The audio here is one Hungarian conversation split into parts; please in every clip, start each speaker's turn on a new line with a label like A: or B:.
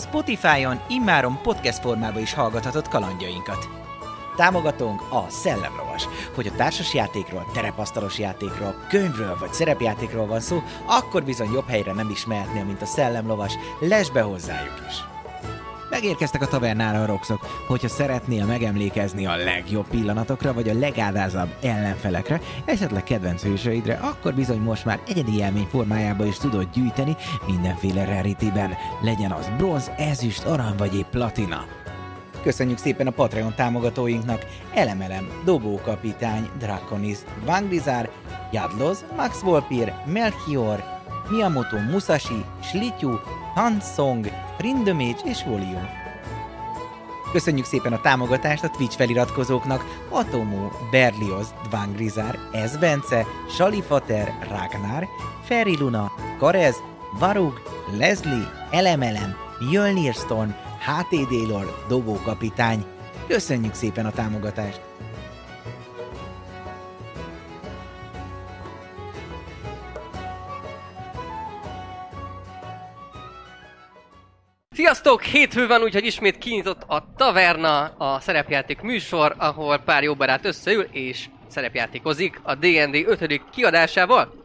A: Spotify-on immáron podcast formában is hallgathatod kalandjainkat. Támogatónk a Szellemlovas. Hogy a társas játékról, terepasztalos játékról, könyvről vagy szerepjátékról van szó, akkor bizony jobb helyre nem is mehetnél, mint a Szellemlovas. Lesz be hozzájuk is! Megérkeztek a tavernára a roxok, hogyha szeretnél megemlékezni a legjobb pillanatokra, vagy a legádázabb ellenfelekre, esetleg kedvenc hősöidre, akkor bizony most már egyedi élmény formájába is tudod gyűjteni mindenféle rarityben, legyen az bronz, ezüst, arany vagy épp platina. Köszönjük szépen a Patreon támogatóinknak Elemelem, Dobókapitány, Draconis, Vanglizár, Jadloz, Max Volpir, Melchior, Miyamoto Musashi, Slityu, Hansong, Rindomage és Volium. Köszönjük szépen a támogatást a Twitch feliratkozóknak Atomó, Berlioz, Dvangrizár, Ez Bence, Salifater, Ragnar, Ferri Luna, Karez, Varug, Leslie, Elemelem, Jölnir Storm, HT Délor, Dobókapitány. Köszönjük szépen a támogatást!
B: Sziasztok! Hétfő van, úgyhogy ismét kinyitott a taverna, a szerepjáték műsor, ahol pár jó barát összeül és szerepjátékozik a D&D 5. kiadásával.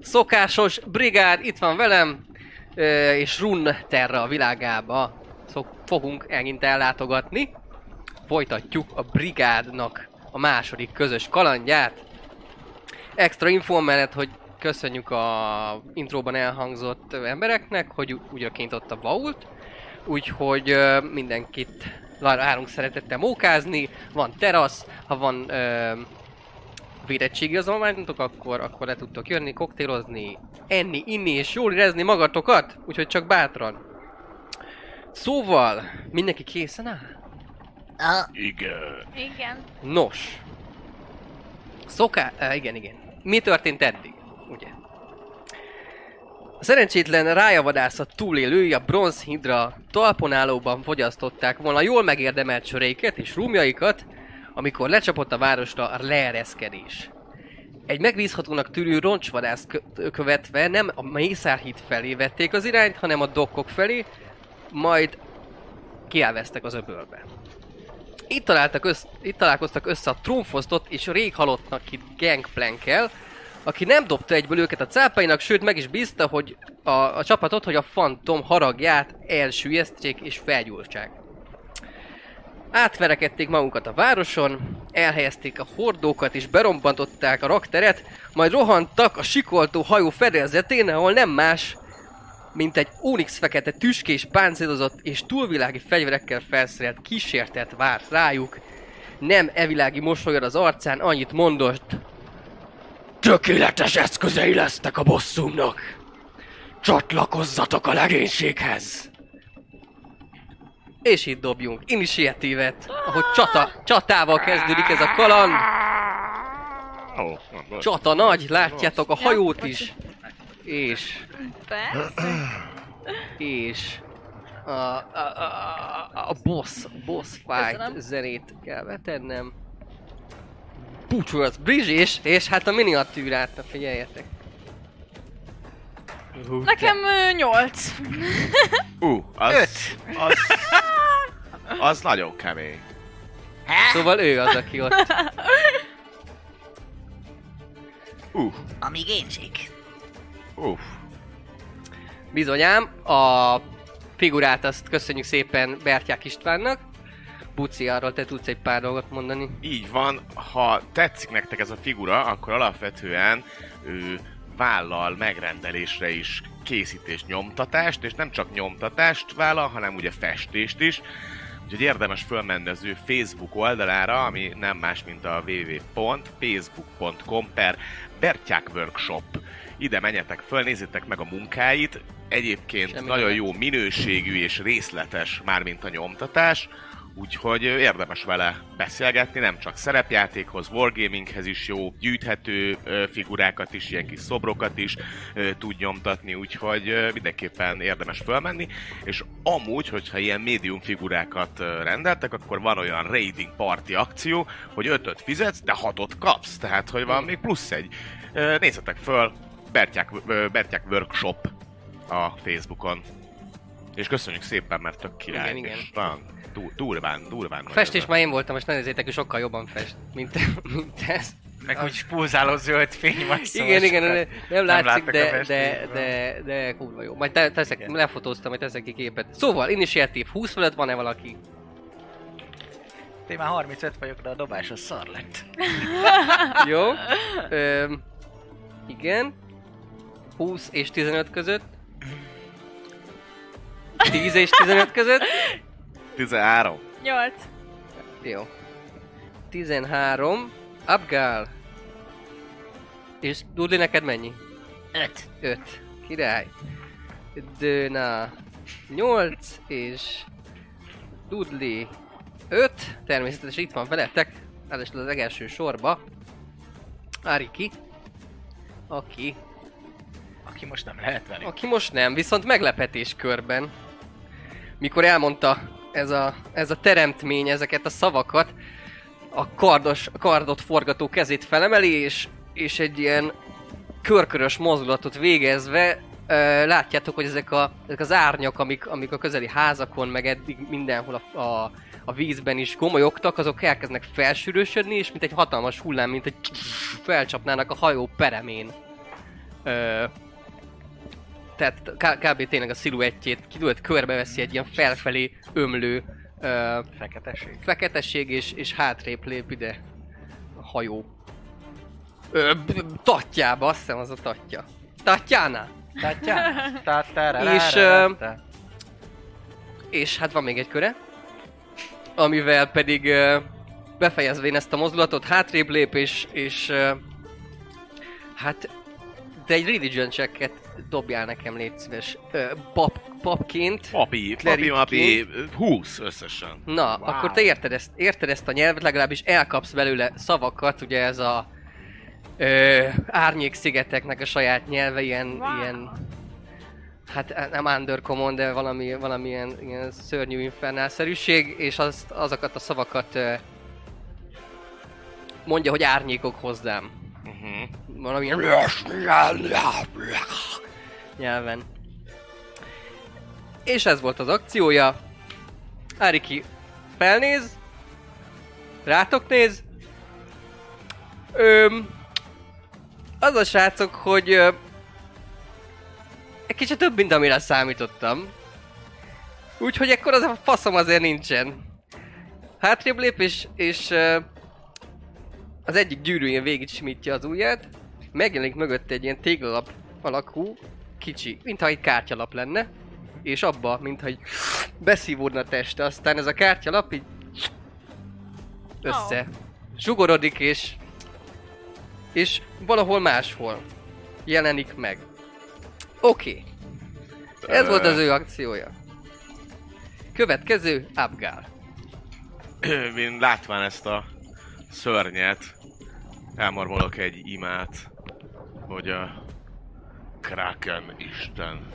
B: Szokásos brigád itt van velem, ö, és Run Terra világába szok- fogunk megint ellátogatni. Folytatjuk a brigádnak a második közös kalandját. Extra info mellett, hogy köszönjük a intróban elhangzott ö, embereknek, hogy ú- újra kinyitott a vault, úgyhogy ö, mindenkit várunk szeretettel mókázni, van terasz, ha van ö, védettségi azományzatok, akkor, akkor le tudtok jönni, koktélozni, enni, inni és jól érezni magatokat, úgyhogy csak bátran. Szóval, mindenki készen áll?
C: Igen.
D: Igen.
B: Nos. Szoká... Uh, igen, igen. Mi történt eddig? Ugye? A szerencsétlen rájavadászat túlélői a bronzhidra talponálóban fogyasztották volna jól megérdemelt söréket és rúmjaikat, amikor lecsapott a városra a leereszkedés. Egy megbízhatónak tűnő roncsvadász kö- követve nem a Mészárhíd felé vették az irányt, hanem a dokkok felé, majd kielveztek az öbölbe. Itt, találtak össz, itt találkoztak össze a trónfosztott és rég halottnak itt gangplankkel, aki nem dobta egyből őket a cápainak, sőt meg is bízta, hogy a, a csapatot, hogy a fantom haragját elsüllyesztjék és felgyújtsák. Átverekedték magukat a városon, elhelyezték a hordókat és berombantották a rakteret, majd rohantak a sikoltó hajó fedélzetén, ahol nem más, mint egy Onyx fekete tüskés páncélozott és túlvilági fegyverekkel felszerelt kísértet várt rájuk. Nem evilági mosolyod az arcán, annyit mondott. Tökéletes eszközei lesztek a bosszumnak. Csatlakozzatok a legénységhez. És itt dobjunk initiatívet, ahogy csata, csatával kezdődik ez a kaland.
C: Ó, van, van.
B: Csata nagy, látjátok a hajót is. És
D: Persze.
B: és a, a, a, a- a boss, boss fight
D: Köszönöm.
B: zenét kell vetennem. Butchworth Bridge és, és hát a miniatűrát, na figyeljetek. Hú, de-
D: Nekem ö, nyolc.
C: Ú, az... Az... Az nagyon kemény.
B: Szóval ő az, aki ott.
C: Ú,
E: Amíg én csak.
C: ú.
B: Bizonyám, a figurát azt köszönjük szépen Bertyák Istvánnak. Buci, arról te tudsz egy pár dolgot mondani.
C: Így van, ha tetszik nektek ez a figura, akkor alapvetően ő vállal megrendelésre is készítés nyomtatást, és nem csak nyomtatást vállal, hanem ugye festést is. Úgyhogy érdemes fölmenni az ő Facebook oldalára, ami nem más, mint a www.facebook.com per Bertyák Workshop. ide menjetek föl, nézzétek meg a munkáit. Egyébként
B: Semmi
C: nagyon
B: nem
C: jó minőségű és részletes mármint a nyomtatás, úgyhogy ö, érdemes vele beszélgetni, nem csak szerepjátékhoz, wargaminghez is jó, gyűjthető ö, figurákat is, ilyen kis szobrokat is ö, tud nyomtatni, úgyhogy ö, mindenképpen érdemes fölmenni, és amúgy, hogyha ilyen médium figurákat ö, rendeltek, akkor van olyan raiding party akció, hogy ötöt fizetsz, de hatot kapsz, tehát hogy van még plusz egy. Ö, Nézzetek föl, Bertyák, ö, Bertyák Workshop a Facebookon. És köszönjük szépen, mert tök király.
B: Igen, igen.
C: És van, du- durván, durván.
B: A
C: vagy
B: festés
C: ez a-
B: már én voltam, és ne nézzétek, ő sokkal jobban fest, mint, mint ez.
E: Meg hogy spulzáló zöld fény van. szóval
B: Igen, igen,
E: sokat-
B: nem, nem látszik,
E: láttak a
B: de, de,
E: festésből.
B: de, de, kurva jó. Majd te- teszek,
E: Igen.
B: lefotóztam, hogy teszek ki képet. Szóval, initiatív 20 fölött van-e valaki?
E: Én már 35 vagyok, de a dobás az szar lett.
B: Jó. Öm, igen. 20 és 15 között. 10 és 15 között.
C: 13.
D: Nyolc.
B: Jó. 13. Abgál. És Dudli, neked mennyi?
E: 5.
B: 5. Király. Döna. 8 és Dudley 5. Természetesen itt van veletek. Ráadásul az legelső sorba. Ariki. Aki.
E: Aki most nem lehet velünk.
B: Aki most nem, viszont meglepetés körben. Mikor elmondta ez a, ez a teremtmény ezeket a szavakat, a kardos, kardot forgató kezét felemeli, és, és egy ilyen körkörös mozdulatot végezve ö, látjátok, hogy ezek, a, ezek az árnyak, amik, amik a közeli házakon, meg eddig mindenhol a, a, a vízben is gomolyogtak, azok elkezdnek felsűrűsödni, és mint egy hatalmas hullám, mint egy felcsapnának a hajó peremén. Ö, tehát k- kb. tényleg a sziluettjét kidőlt körbeveszi egy ilyen felfelé ömlő ö,
E: Feketeség.
B: feketesség, és, és hátrébb lép ide a hajó. Ö, b- b- tatjába, azt hiszem az a tatja. Tatjána!
E: Tátján? Tátára,
B: És, ö, És hát van még egy köre, amivel pedig ö, befejezvén ezt a mozdulatot, hátrébb lép, és, és ö, hát de egy religion checket dobjál nekem, légy szíves. Ö, bab, babként.
C: Papi, papi,
B: Cleric
C: papi, 20 összesen.
B: Na,
E: Wow.
B: akkor te érted ezt, érted ezt a nyelvet, legalábbis elkapsz belőle szavakat, ugye ez a ö, árnyék szigeteknek a saját nyelve, ilyen,
D: Wow.
B: ilyen hát nem undercommon, de valami, valamilyen ilyen szörnyű infernálszerűség, és azt, azokat a szavakat ö, mondja, hogy árnyékok hozzám.
C: Uh-huh.
B: Valamilyen nyelven. És ez volt az akciója. Ariki felnéz, rátok néz. Öm, az a srácok, hogy ö, egy kicsit több, mint amire számítottam. Úgyhogy ekkor az a faszom azért nincsen. Hátrébb lép és, és ö, az egyik gyűrűjén végig simítja az ujját, megjelenik mögött egy ilyen téglalap alakú kicsi, mintha egy kártyalap lenne, és abba, mintha egy beszívódna a teste, aztán ez a kártyalap így össze zsugorodik, és és valahol máshol jelenik meg. Oké. Okay. Ez volt az ő akciója. Következő, Abgál.
C: Én látván ezt a szörnyet, elmarmolok egy imát, hogy a Kraken Isten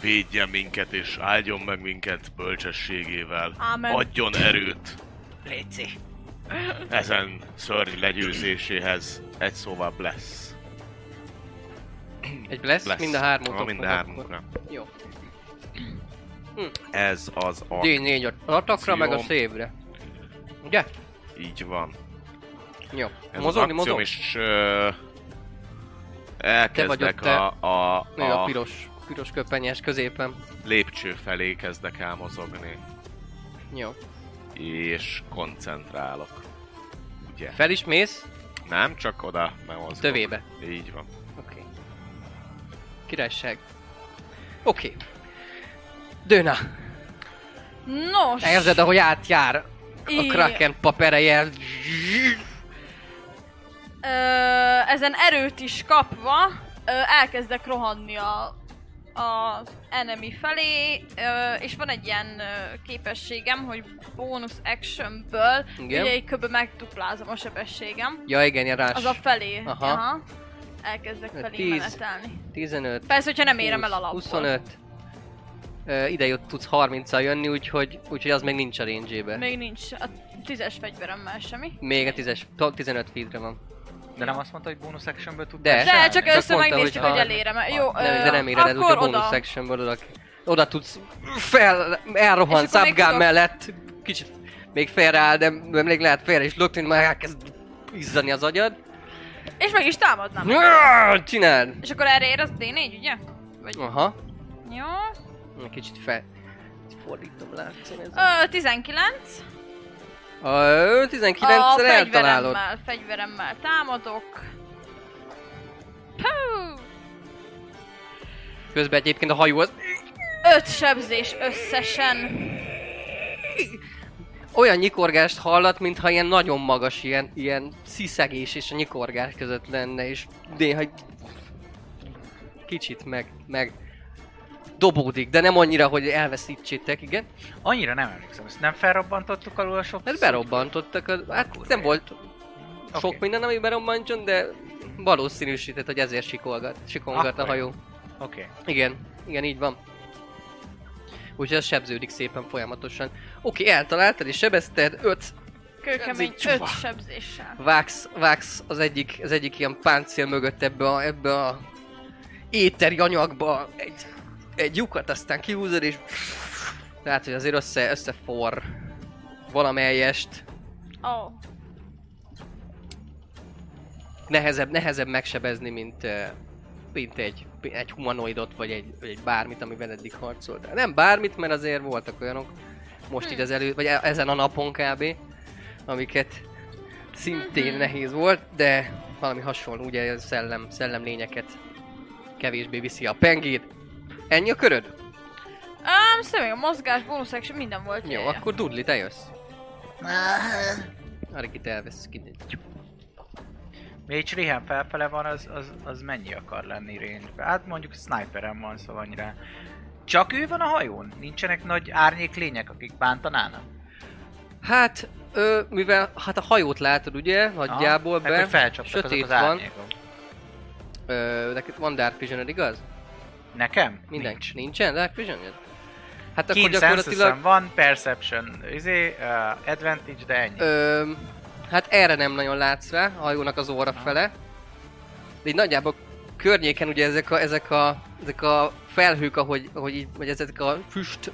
C: védje minket és áldjon meg minket bölcsességével.
D: Ámen.
C: Adjon erőt
E: Léci.
C: ezen szörny legyőzéséhez. Egy szóval bless.
B: Egy bless,
C: bless.
B: bless. mind a
C: Ah,
B: hármunknak.
C: Mind a
B: van
C: hármunkra.
B: akkor. Jó.
C: Ez az a...
B: D4 a atakra, meg a
C: Akció.
B: szévre. Ugye?
C: Így van.
B: Jó.
C: Ez
B: mozogni,
C: az akcióm,
B: mozog?
C: és ö,
B: Te vagy ott,
C: elkezdek
B: te.
C: a, a,
B: Ő a
C: a
B: piros, piros köpenyes középen.
C: lépcső felé kezdek el mozogni,
B: Jó.
C: és koncentrálok. Ugye?
B: Fel is mész,
C: Nem, csak oda nem mozgok.
B: tövébe.
C: Így van.
B: Oké. Okay. Királyság. Oké. Okay. Döna,
D: Nos.
B: érzed, ahogy átjár a
D: I-
B: Kraken papereje.
D: Ö, ezen erőt is kapva, ö, elkezdek rohanni a, az enemy felé, ö, és van egy ilyen ö, képességem, hogy bónusz actionből,
B: Igen.
D: ugye így kb. megduplázom a sebességem.
B: Ja igen, ilyen rás.
D: Az a felé.
B: Aha.
D: Elkezdek
B: Ö,
D: felé
B: tíz.
D: menetelni.
B: 15.
D: Persze, hogyha nem érem
B: 20,
D: el alapból.
B: 25. Ö, ide jött tudsz 30 al jönni, úgyhogy, úgyhogy az még nincs a range még...
D: Még nincs a tízes fegyveremmel semmi.
B: még a 10-es, to- 15 feedre van.
E: De nem azt mondta, hogy bonus actionből tud.
B: De.
D: De, csak
B: Csak
D: össze
B: mondta,
D: megnéztük,
B: hogy
D: hogy
B: ha-
D: elérem -e. Jó,
B: De,
D: ö,
B: de nem éred el,
D: akkor
B: úgyhogy a
D: oda.
B: bonus sectionből oda, oda tudsz fel, elrohan
D: És akkor még
B: Subgun
D: tudok-
B: mellett, kicsit még felreáll, de még lehet félre is lökni, már elkezd izzani az agyad.
D: És meg is támadnám.
B: Csináld!
D: És akkor erre ér az D4, ugye? Vagy...
B: Aha,
D: Jó.
B: kicsit fel. Fordítom, látszom ez.
D: Ö, 19.
B: A
D: a
B: 19-szer eltalálod.
D: fegyveremmel, fegyveremmel támadok. Pú!
B: Közben egyébként a hajó az
D: Öt sebzés összesen.
B: olyan nyikorgást hallat, mintha ilyen nagyon magas, ilyen, ilyen sziszegés és a nyikorgás között lenne, és néha egy kicsit meg, meg dobódik, de nem annyira, hogy elveszítsétek, igen.
E: Annyira nem emlékszem, ezt nem felrobbantottuk alul a sok.
B: Mert berobbantottak, a, hát nem volt sok
E: Oké.
B: minden, ami berobbantson, de valószínűsített, hogy ezért sikolgat, sikongat a
E: Akkor.
B: hajó.
E: Oké. Okay.
B: Igen, igen, így van. Úgyhogy ez sebződik szépen folyamatosan. Oké, eltaláltad és sebezted, öt
D: Kőkemény
B: Sebzés.
D: öt sebzéssel.
B: vágsz, vágsz az egyik, az egyik ilyen páncél mögött ebbe a, ebbe a éteri anyagba egy, egy lyukat, aztán kihúzod és látod, hogy azért össze, összefor valamelyest.
D: Ó. Oh.
B: Nehezebb, nehezebb megsebezni, mint, eh, mint egy, egy humanoidot, vagy egy, vagy egy bármit, amivel eddig harcoltál. Nem bármit, mert azért voltak olyanok most így az elő, vagy e- ezen a napon kb. amiket szintén nehéz volt, de valami hasonló, ugye ez szellem, szellem lényeket kevésbé viszi a pengét. Ennyi a köröd?
D: Ám, személy, a mozgás, bónusz, action, minden volt.
B: Jó,
D: jaj.
B: akkor Dudli, te jössz. Arikit elvesz ki.
E: Mage Rihem felfele van, az, az, az mennyi akar lenni range Hát mondjuk sniperem van, szóval annyira. Csak ő van a hajón? Nincsenek nagy árnyék lények, akik bántanának?
B: Hát, ö, mivel hát a hajót látod ugye, nagyjából
E: Aha, hát,
B: be,
E: hogy felcsaptak azok
B: sötét
E: az
B: van,
E: árnyékok.
B: ö, neked van Dark Vision, igaz?
E: Nekem?
B: Mindenki.
E: Nincs.
B: Nincsen Dark Vision? Hát akkor
E: Keen
B: gyakorlatilag
E: gyakorlatilag... van, Perception, izé, uh, Advantage, de ennyi.
B: Ö, hát erre nem nagyon látsz rá, a hajónak az óra fele. De így nagyjából környéken ugye ezek a, ezek a, ezek a felhők, ahogy, ahogy így, vagy ezek a füst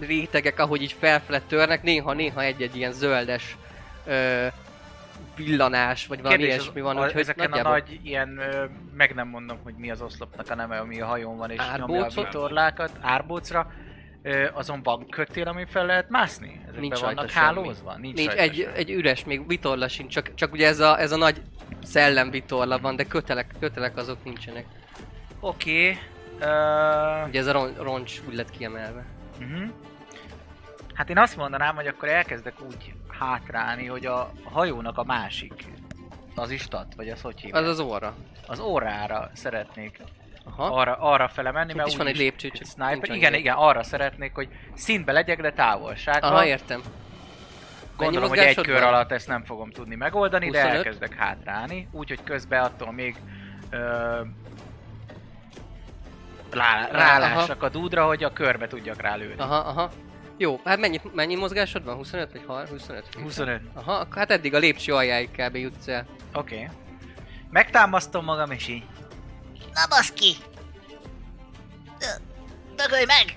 B: rétegek, ahogy így felfele törnek, néha-néha egy-egy ilyen zöldes ö, villanás, vagy valami
E: Kérdés, az-
B: ilyesmi van,
E: a-
B: úgyhogy
E: ezeken
B: nagyjából...
E: a nagy ilyen, ö, meg nem mondom, hogy mi az oszlopnak a neve, ami a hajón van, és nyomja a
B: Árbócot?
E: vitorlákat, árbócra, ö, azon van kötél, ami fel lehet mászni? Ezek
B: Nincs
E: be vannak
B: rajta semmi.
E: hálózva? Nincs,
B: Nincs,
E: rajta
B: egy,
E: semmi.
B: egy üres, még vitorla sincs, csak, csak ugye ez a, ez a nagy szellemvitorla van, de kötelek, kötelek azok nincsenek.
E: Oké. Okay.
B: Ugye ez a ron- roncs úgy lett kiemelve.
E: Uh, hát én azt mondanám, hogy akkor elkezdek úgy hátrálni, hogy a hajónak a másik, az istat, vagy az hogy hívják?
B: Az
E: Az,
B: az óra.
E: az órára szeretnék
B: Aha.
E: arra, arra fele menni,
B: Itt
E: mert
B: is van
E: úgy
B: egy lépcső, csak nincs
E: sniper.
B: annyi
E: Igen,
B: lépcső.
E: igen, arra szeretnék, hogy szintbe legyek, de távolságban.
B: Aha, értem.
E: Gondolom, hogy
B: mozgásod
E: egy kör
B: van?
E: alatt ezt nem fogom tudni megoldani,
B: 25.
E: de elkezdek hátrálni, úgyhogy közben attól még ö, lá, rálássak a dúdra, hogy a körbe tudjak rálőni.
B: Aha, aha. Jó, hát mennyi, mennyi mozgásod van? 25 vagy 30? 25?
E: 25.
B: Aha, akkor hát eddig a lépcső aljáig kb. jutsz el.
E: Oké. Okay. Megtámasztom magam, és így.
F: Na baszki! Ö, Dögölj meg!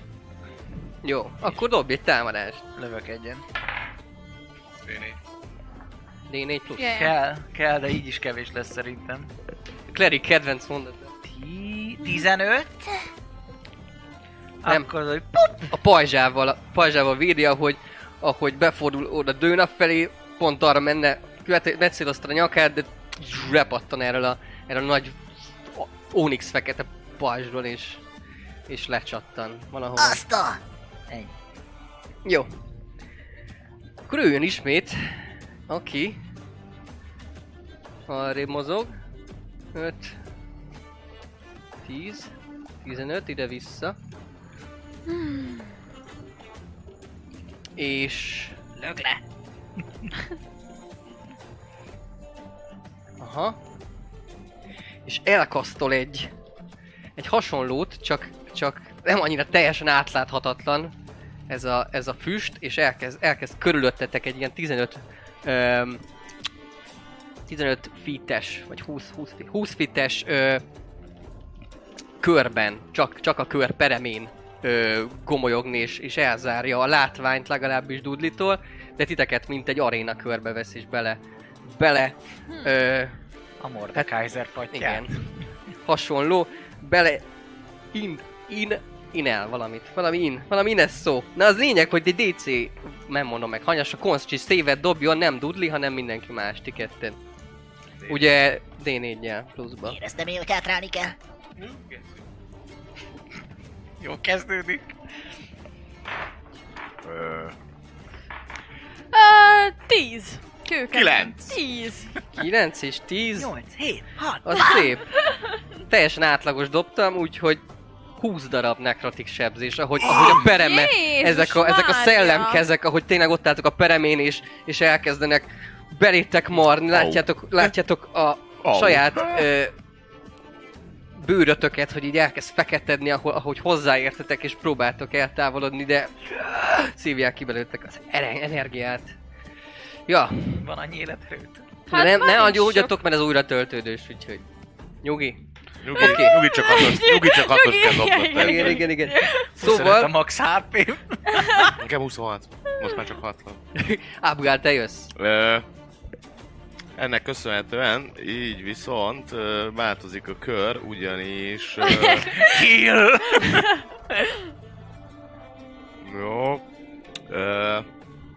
B: Jó, akkor dobj egy támadást.
E: Lövök egyen.
B: D4 plusz.
D: Jaj.
E: Kell, kell, de így is kevés lesz szerintem.
B: Clary kedvenc mondata.
E: Ti- 15?
B: Nem.
E: Akkor az, hogy
B: A pajzsával, a pajzsával vírja, hogy ahogy befordul oda dőnap felé, pont arra menne, követ- megcélozta a nyakát, de repattan erről a, erről a nagy o- onyx fekete pajzsról, és, és lecsattan valahol.
F: Azt a!
B: Jó. Akkor ő ismét. Aki. Arrébb mozog. 5. 10, 15, ide-vissza. És...
F: Lök le.
B: Aha. És elkasztol egy... Egy hasonlót, csak, csak nem annyira teljesen átláthatatlan ez a, ez a füst, és elkezd, elkezd körülöttetek egy ilyen 15... Öm, 15 fites, vagy 20, 20, fi- 20 fites ö, körben, csak, csak a kör peremén ö, gomolyogni, és, és elzárja a látványt legalábbis Dudlitól, de titeket mint egy aréna körbe vesz, és bele, bele ö,
E: A Mordekaiser fatját.
B: igen. Hasonló. Bele... In... In... Inel valamit. Valami in. Valami ines szó. Na az lényeg, hogy egy DC... Nem mondom meg, hanyas a konstcsi szévet dobjon, nem Dudley, hanem mindenki más ti ketten. Ugye D4-jel pluszban.
F: Éreztem én, hogy hátrálni kell.
E: Jó kezdődik.
C: Ö,
D: Ö, tíz. Kőkemény.
C: Kilenc.
D: Tíz.
B: 9 és 10.
E: 8, 7, 6.
B: Az szép. Teljesen átlagos dobtam, úgyhogy 20 darab nekrotik sebzés, ahogy, ahogy a pereme,
D: Jézus
B: ezek a, ezek a
D: Mária!
B: szellemkezek, ahogy tényleg ott álltok a peremén, és, és elkezdenek belétek marni, látjátok, látjátok a
C: Au.
B: saját ö, bőrötöket, hogy így elkezd feketedni, ahol, ahogy hozzáértetek, és próbáltok eltávolodni, de szívják ki belőttek az ere- energiát. Ja,
E: Van annyi életerőt.
D: Hát
B: hát ne,
D: már
B: ne
D: nincs
B: agyódjatok, mert ez újra töltődős, úgyhogy nyugi.
C: nyugi,
B: Oké.
C: nyugi csak hatos, nyugi csak hatos kell dobnod.
D: Igen,
B: Igen,
C: persze.
B: igen, igen.
E: Szóval... a
B: Szóval,
E: max hp
C: Nekem 26. Most már csak 60.
B: Ábgál, te jössz.
C: Ö, ennek köszönhetően így viszont ö, változik a kör, ugyanis... Ö,
E: Kill!
C: jó. Ö,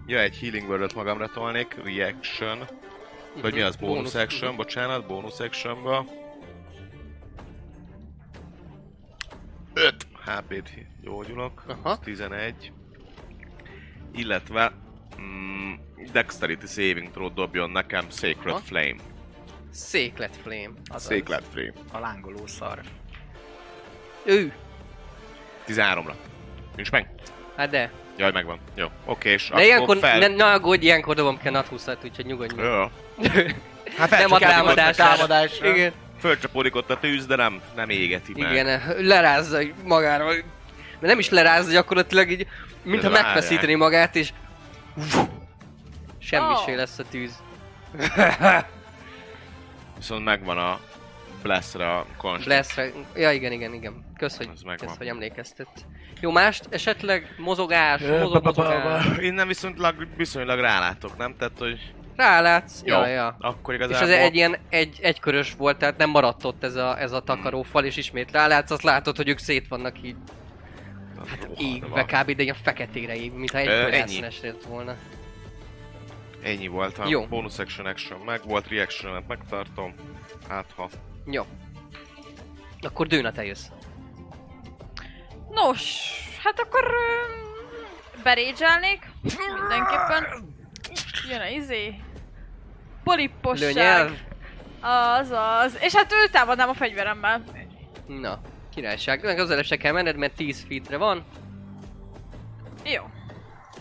C: ja, egy healing word magamra tolnék, reaction, vagy
B: Mhm.
C: mi az, bonus action, bocsánat, bonus actionba. 5 HP-t gyógyulok,
B: Aha.
C: Aha. 11. Illetve mm, Dexterity Saving Throw dobjon nekem Sacred
B: Aha.
C: Flame.
B: Széklet flame.
E: Azaz.
C: Sacred Flame.
E: A lángoló szar.
B: Ő.
C: 13-ra. Nincs meg?
B: Hát de.
C: Jaj, megvan. Jó, oké, és
B: De ilyenkor,
C: fel...
B: ne, ne aggódj, ilyenkor dobom ki a nat 20 úgyhogy nyugodj. meg.
C: Jó. Hát
B: nem a
C: felcsapódik ott a
B: támadásra.
C: támadás.
E: Támadásra.
B: Igen,
C: Fölcsapódik ott a tűz, de nem, nem égeti meg.
B: igen, lerázza magáról. Mert nem is lerázza gyakorlatilag így, mintha
C: Várják.
B: megfeszíteni magát, és... Semmi
D: Ó.
B: se lesz a tűz.
C: Viszont megvan a Blessre a konst.
B: Lesz rá... Ja, igen, igen, igen. Kösz, hogy,
C: Az megvan.
B: kösz, hogy emlékeztet. Jó, mást esetleg mozogás, mozog, mozogás.
C: Innen viszont lag, viszonylag rálátok, nem? Tehát, hogy
B: Rálátsz,
C: jó,
B: ja, ja.
C: akkor
B: És
C: igazából...
B: ez egy ilyen egy, egykörös volt, tehát nem maradt ott ez a, ez a takarófal, és ismét rálátsz, azt látod, hogy ők szét vannak így
C: Hát,
B: égve kb. de ilyen feketére így, mintha
C: Ö,
B: egy
C: ennyi.
B: rászínes lett volna.
C: Ennyi volt a
B: Jó.
C: Jó. bonus action action meg, volt reaction megtartom. Hát ha...
B: Jó. Akkor dőna te jössz.
D: Nos, hát akkor berédzselnék. Mindenképpen. Jön a izé. Polipposság.
B: Lőnyelv.
D: Azaz. És hát ő támadnám a fegyveremmel.
B: Na, királyság. Meg az se kell menned, mert 10 feetre van.
D: Jó.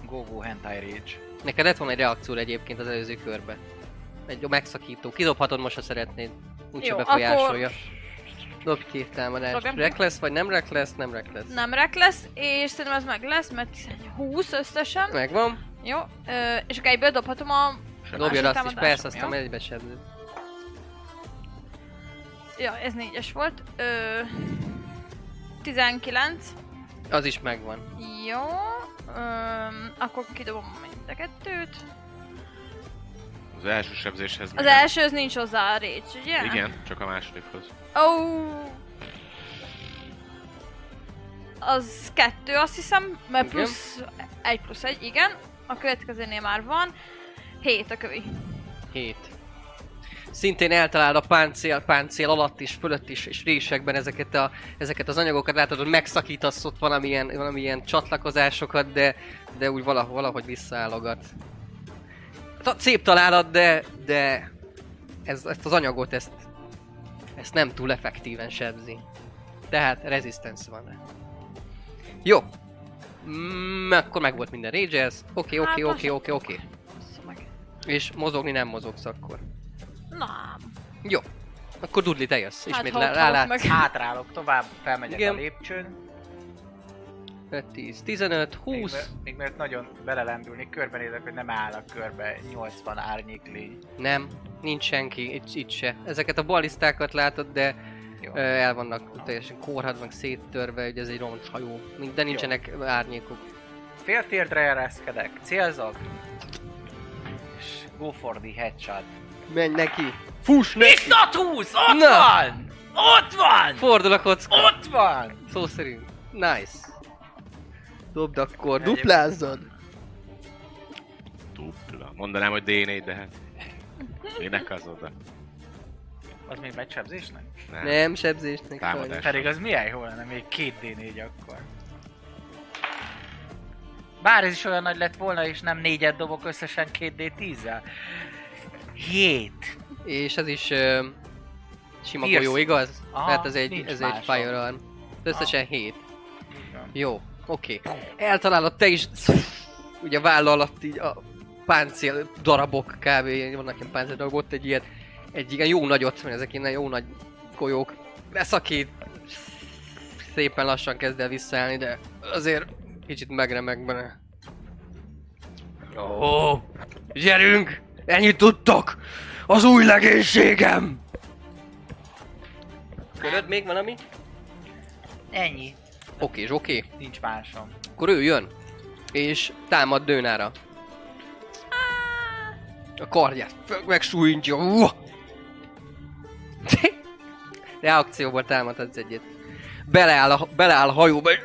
E: Go, go, hentai rage.
B: Neked lett volna egy reakció egyébként az előző körbe. Egy megszakító. Kidobhatod most, ha szeretnéd. Úgyse
D: Jó,
B: befolyásolja. Dobj két támadást.
D: Dobjam?
B: Reckless vagy nem reckless? Nem reckless.
D: Nem rek lesz, és szerintem ez meg lesz, mert 20 összesen.
B: Megvan.
D: Jó. Ö, és akkor egyből dobhatom a...
B: Dobjad azt is,
D: támadásom,
B: persze, aztán
D: jó?
B: egybe sebzed.
D: Ja, ez négyes volt. Ö, 19.
B: Az is megvan.
D: Jó, öm, akkor kidobom mind a kettőt.
C: Az első sebzéshez
D: Az
C: még nem.
D: elsőhöz nincs hozzá a rage, ugye?
C: Igen, csak a másodikhoz.
D: Ó. Az kettő, azt hiszem, mert
B: Igen.
D: plusz egy plusz egy, igen. A következőnél már van. Hét a kövi.
B: 7. Szintén eltalálod a páncél, páncél alatt is, fölött is, és résekben ezeket, a, ezeket az anyagokat látod, hogy megszakítasz ott valamilyen, valamilyen csatlakozásokat, de, de úgy valahogy, valahogy visszaállogat. Ta- Szép találat, de, de ez, ezt az anyagot, ezt, ezt nem túl effektíven sebzi. Tehát resistance van rá. Jó. Mm, akkor meg volt minden Rangers. Oké,
D: Hát,
B: oké, oké,
D: lassan.
B: oké, oké.
D: Bassza meg.
B: És mozogni nem mozogsz akkor.
D: Nem.
B: Jó. Akkor Dudli, te jössz.
D: Hát,
B: Ismét
D: ha
B: hát,
D: ott
B: rálát.
D: halt meg.
E: Hátrálok tovább, felmegyek
B: Igen.
E: a lépcsőn.
B: 5, 10, 15,
E: Még
B: 20.
E: mi- Még mert nagyon belelendülnék, körbenézek, hogy nem állak körbe 80 árnyék lény.
B: Nem, nincs senki, itt, itt se. Ezeket a balisztákat látod, de
E: Jó.
B: ö, el vannak teljesen kórhadva, meg széttörve, ugye ez egy roncshajó. De nincsenek árnyékok.
E: Féltérdre ereszkedek, célzok. És go for the headshot.
B: Menj neki! Fuss neki!
E: Natúz! Ott
B: Na!
E: van! Ott van!
B: Fordul a kocka!
E: Ott van!
B: Szó szerint. Nice. Dobd akkor, duplázzad!
C: Dupla. Mondanám, hogy D4, de hát... Minek az oda?
E: Az még megsebzésnek?
C: Nem.
B: Nem, sebzésnek
C: Támadás.
B: sajnos.
E: Pedig az milyen jó lenne, még 2D4 akkor. Bár ez is olyan nagy lett volna, és nem négyet dobok összesen 2D10-zel. 7.
B: És ez is ö, sima
E: Pierce.
B: golyó, igaz?
E: Aha,
B: Hát ez egy,
E: nincs
B: ez egy
E: másom.
B: firearm. Összesen 7.
E: van.
B: Jó, oké. Eltalálod te is, ugye a válla alatt így a páncél darabok kb. Vannak ilyen páncél darabok, ott egy ilyen, egy ilyen jó nagyot, mert ezek ilyen jó nagy golyók. Leszakít. Szépen lassan kezd el visszaállni, de azért kicsit megremeg benne. Ó, gyerünk! Ennyit tudtok! Az új legénységem! Köröd még valami?
E: Ennyi.
B: Oké, és oké.
E: Nincs másom.
B: Akkor ő jön, és támad Dőnára. A kardját föl- megsújtja. Uah! Reakcióból támadhatsz egyet. Beleáll a, beleáll a hajóba. és-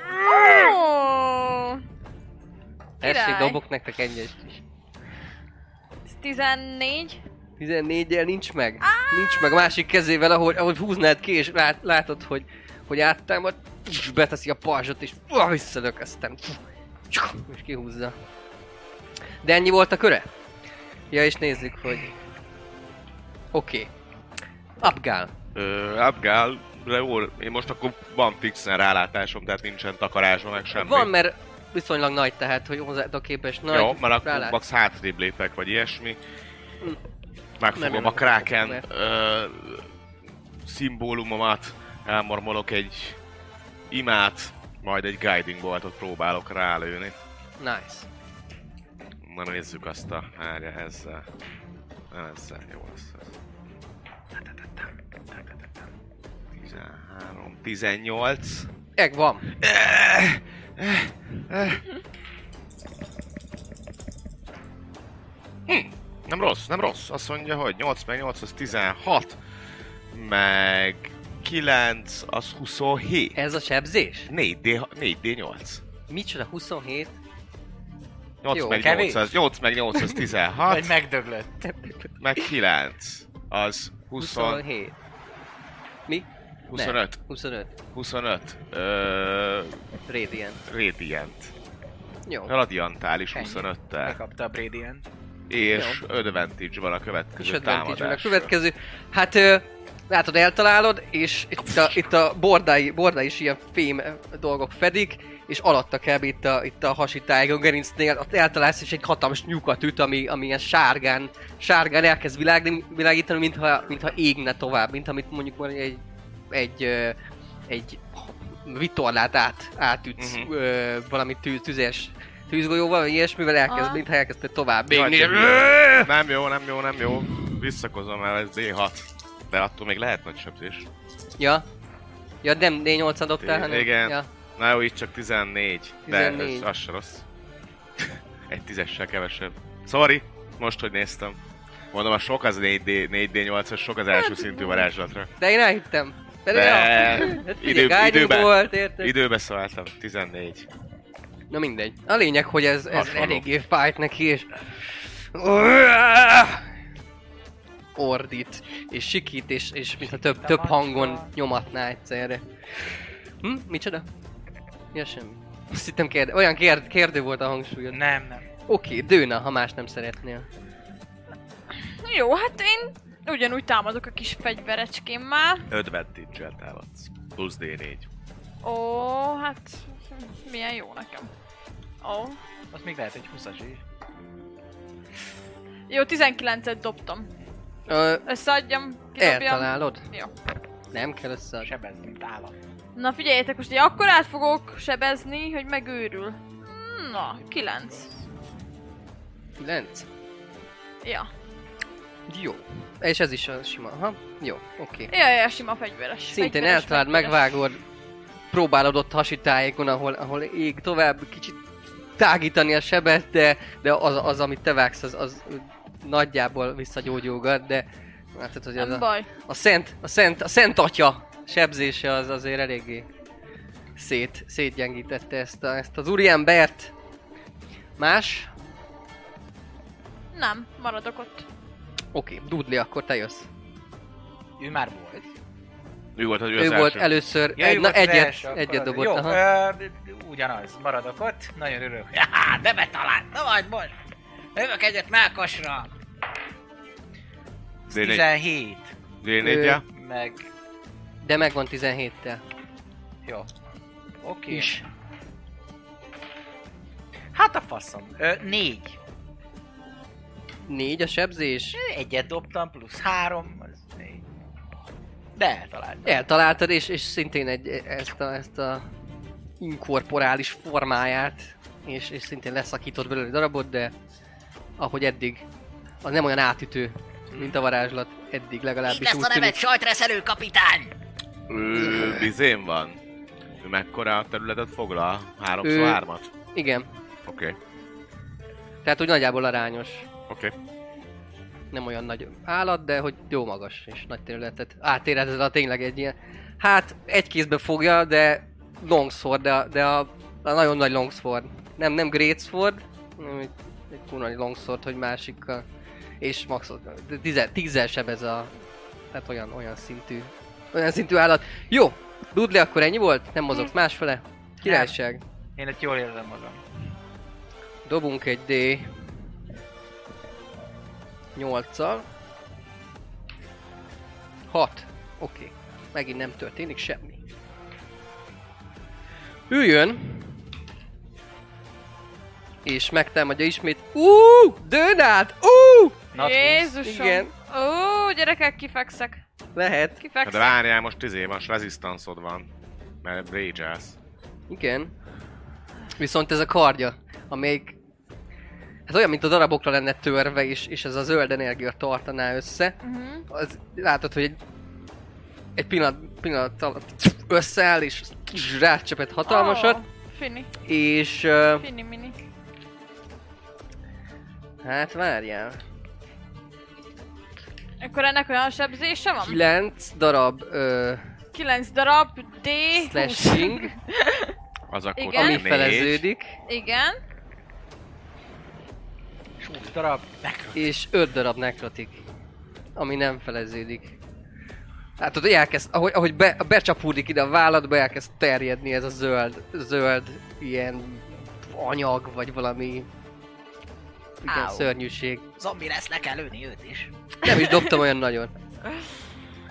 D: Ó,
B: Tessék,
D: Király.
B: dobok nektek egyet is.
D: Ez 14.
B: 14-el nincs meg. Nincs meg a másik kezével, ahogy, ahogy húznád ki, és lát, látod, hogy, hogy áttámad, és beteszi a pajzsot, és uah, visszalökeztem. És kihúzza. De ennyi volt a köre? Ja, és nézzük, hogy... Oké. Okay. Upgál.
C: Ö, Abgál, de jól, én most akkor van fixen rálátásom, tehát nincsen takarásom, meg semmi.
B: Van, mert viszonylag nagy, tehát, hogy hozzád a képes nagy.
C: Jó, mert akkor
B: rálát.
C: max hátrébb lépek, vagy ilyesmi.
B: Mm. Nem jön
C: Megfogom a
B: a
C: Kraken
B: mert-
C: ö, szimbólumomat, elmormolok egy imát, majd egy guiding boltot próbálok rálőni.
B: Nice.
C: Na nézzük azt a hárja ezzel. Nem ezzel, jó lesz ez. 13, 18.
B: Eg van.
C: Hm, Nem rossz, nem rossz. Azt mondja, hogy 8 meg 8 az 16, meg 9 az 27.
B: Ez a sebzés?
C: 4D, 4D8.
B: Micsoda, 27?
C: 8
B: Jó,
C: meg
E: kevés.
C: 8 az, 8 meg 8 az 16,
E: Vagy megdöglött.
C: meg 9 az 20,
B: 27. Mi?
C: 25.
B: 25.
C: 25. Ö,
B: Radiant.
C: Radiant.
B: Jó.
C: Radiantális
E: Ennyi.
C: 25-tel.
E: Megkapta a Bradian.
C: És advantage van a következő
B: És advantage van a
C: támadás.
B: következő. Hát ö, látod, eltalálod, és itt a, itt a bordái, bordái is ilyen fém dolgok fedik, és alatta kell itt a, itt a hasitáig, a gerincnél, ott eltalálsz, és egy hatalmas nyukat üt, ami, ami ilyen sárgán, sárgán elkezd világ, világítani, mintha, mintha égne tovább, mint amit mondjuk mondjuk egy, egy, ö, egy vitorlát át, átütsz
C: Mhm.
B: ö, valami tűz, tüzes tűzgolyóval, vagy ilyesmivel elkezd,
D: Aha.
B: mintha elkezdte tovább
C: Jaj,
B: égni.
C: de jó. Nem jó, nem jó, nem jó. Visszakozom el, ez D6. De attól még lehet nagy sebzés.
B: Ja. Ja, nem D8-an dobtál, hanem...
C: Igen.
B: Ja.
C: Na jó, itt csak 14. De ez
B: 14.
C: az se rossz. Egy tízessel kevesebb. Sorry, most hogy néztem. Mondom, a sok az 4D, 4D8-as, sok az első szintű varázslatra.
B: De én elhittem. Hát, De,
C: De-
B: de...
C: idő-
B: Idő,
C: időben.
B: időben. volt, érted? Idő...
C: Időbe szálltam, 14.
B: Na mindegy. A lényeg, hogy ez, ez
C: Hasonló.
B: eléggé fájt neki, és... Ordít, és sikít, és, és mintha több, több hangon nyomatná egyszerre. Hm? Micsoda? Ja, semmi. Azt hittem kérdő. Olyan kérd, kérdő volt a hangsúlyod.
E: Nem, nem.
B: Oké, dőna, ha más nem szeretnél.
D: Jó, hát én ugyanúgy támadok a kis fegyverecskémmel.
C: Advantage-el támadsz. plusz D4.
D: Ó, hát milyen jó nekem. Ó.
E: Azt még lehet egy 20-as is.
D: Jó, 19-et dobtam.
B: Ö,
D: Összeadjam, kidobjam.
B: eltalálod?
D: Jó.
B: Nem kell összeadni.
E: Sebez, mint állat.
D: Na figyeljetek, most egy akkor át fogok sebezni, hogy megőrül. Na, 9.
B: 9.
D: Ja.
B: Jó. És ez is a sima. Aha. Jó, oké.
D: Ja, ja, sima fegyveres.
B: Szintén
D: Fegyveres,
B: eltaláld,
D: fegyveres.
B: megvágod, próbálod ott hasitájékon, ahol, ahol ég tovább kicsit tágítani a sebet, de, de az, az, amit te vágsz, az, az nagyjából visszagyógyulgat, de látod, hogy az
D: Nem
B: a,
D: baj.
B: a, szent, a, szent, a szent atya sebzése az azért eléggé szét, szétgyengítette ezt, a, ezt az úriembert. Más?
D: Nem, maradok ott.
B: Oké, Dudli, akkor te jössz.
E: Ő már volt.
C: Ő volt, az ő,
B: Ő,
C: az
B: volt
C: első.
B: először,
E: Ja,
B: egy,
E: ő
B: na,
E: volt az
B: egyet,
E: első, akkor
B: egyet
E: az-
B: dobott.
E: Jó,
B: aha.
E: ö, ugyanaz. Maradok ott. Nagyon örülök. Jaha, de betalált. Na majd most. Hövök egyet mákosra. Ez
C: D4.
E: 17.
C: D4 -ja.
E: Meg...
B: De megvan 17-tel.
E: Jó. Oké.
B: Is.
E: Hát a faszom. Ö, négy.
B: Négy a sebzés?
E: Egyet dobtam, plusz három, az négy. De eltaláltam.
B: Eltaláltad, és, és szintén egy, ezt, a, ezt a inkorporális formáját, és, és szintén leszakított belőle egy darabot, de ahogy eddig, az nem olyan átütő, mint a varázslat, eddig
F: Így
B: legalábbis
F: lesz
B: úgy
F: a neved,
B: tűnik.
F: sajtreszelő kapitány!
C: Ő bizén van. Ő mekkora a területet foglal? 3 x
B: Ő-
C: 3 Oké.
B: Igen,
C: Oké.
B: tehát úgy nagyjából arányos. Nem olyan nagy állat, de hogy jó magas és nagy területet. Átérheted a tényleg egy ilyen. Hát egy kézbe fogja, de longsword, de, a- de a, a, nagyon nagy longsword. Nem, nem great sword, hanem egy, egy kurva nagy longsword, hogy másikkal. És maxot, tízzel, tízzel seb ez a... Tehát olyan, olyan szintű, olyan szintű állat. Jó, Dudley akkor ennyi volt? Nem mozogsz másfele? Királyság.
E: Én ott jól érzem magam.
B: Dobunk egy D 8-al. 6. Oké. Okay. Megint nem történik semmi. Üljön! És megtámadja ismét. Ú! Dönát! Ú!
E: Not
D: Jézusom!
B: Igen.
D: Ó, gyerekek, kifekszek.
B: Lehet.
C: Hát De
D: Kifekszek.
C: várjál, most 10 éves rezisztanszod van. Mert rage
B: Igen. Viszont ez a kardja, amelyik Hát olyan, mint a darabokra lenne törve, és, és ez a zöld energia tartaná össze.
D: Mhm.
B: az, látod, hogy egy, egy pillanat, pillanat alatt összeáll, és rácsapett hatalmasat,
D: Ó, Fini,
B: és uh,
D: fini, mini.
B: hát várjál,
D: Akkor ennek olyan sebzése van?
B: 9 darab uh,
D: 9 darab, D, 20.
B: slashing,
C: Az akkor
D: Igen.
B: ami
C: négy.
B: feleződik,
D: Igen.
E: Súlyos darab.
B: és 5 darab nekrotik, ami nem feleződik. Látod, hogy elkezd, ahogy, ahogy be, becsapódik ide a válladba, elkezd terjedni ez a zöld, zöld ilyen anyag, vagy valami igen,
F: Au.
B: szörnyűség.
F: Zombi lesz, le kell lőni őt is.
B: Nem is dobtam olyan nagyon.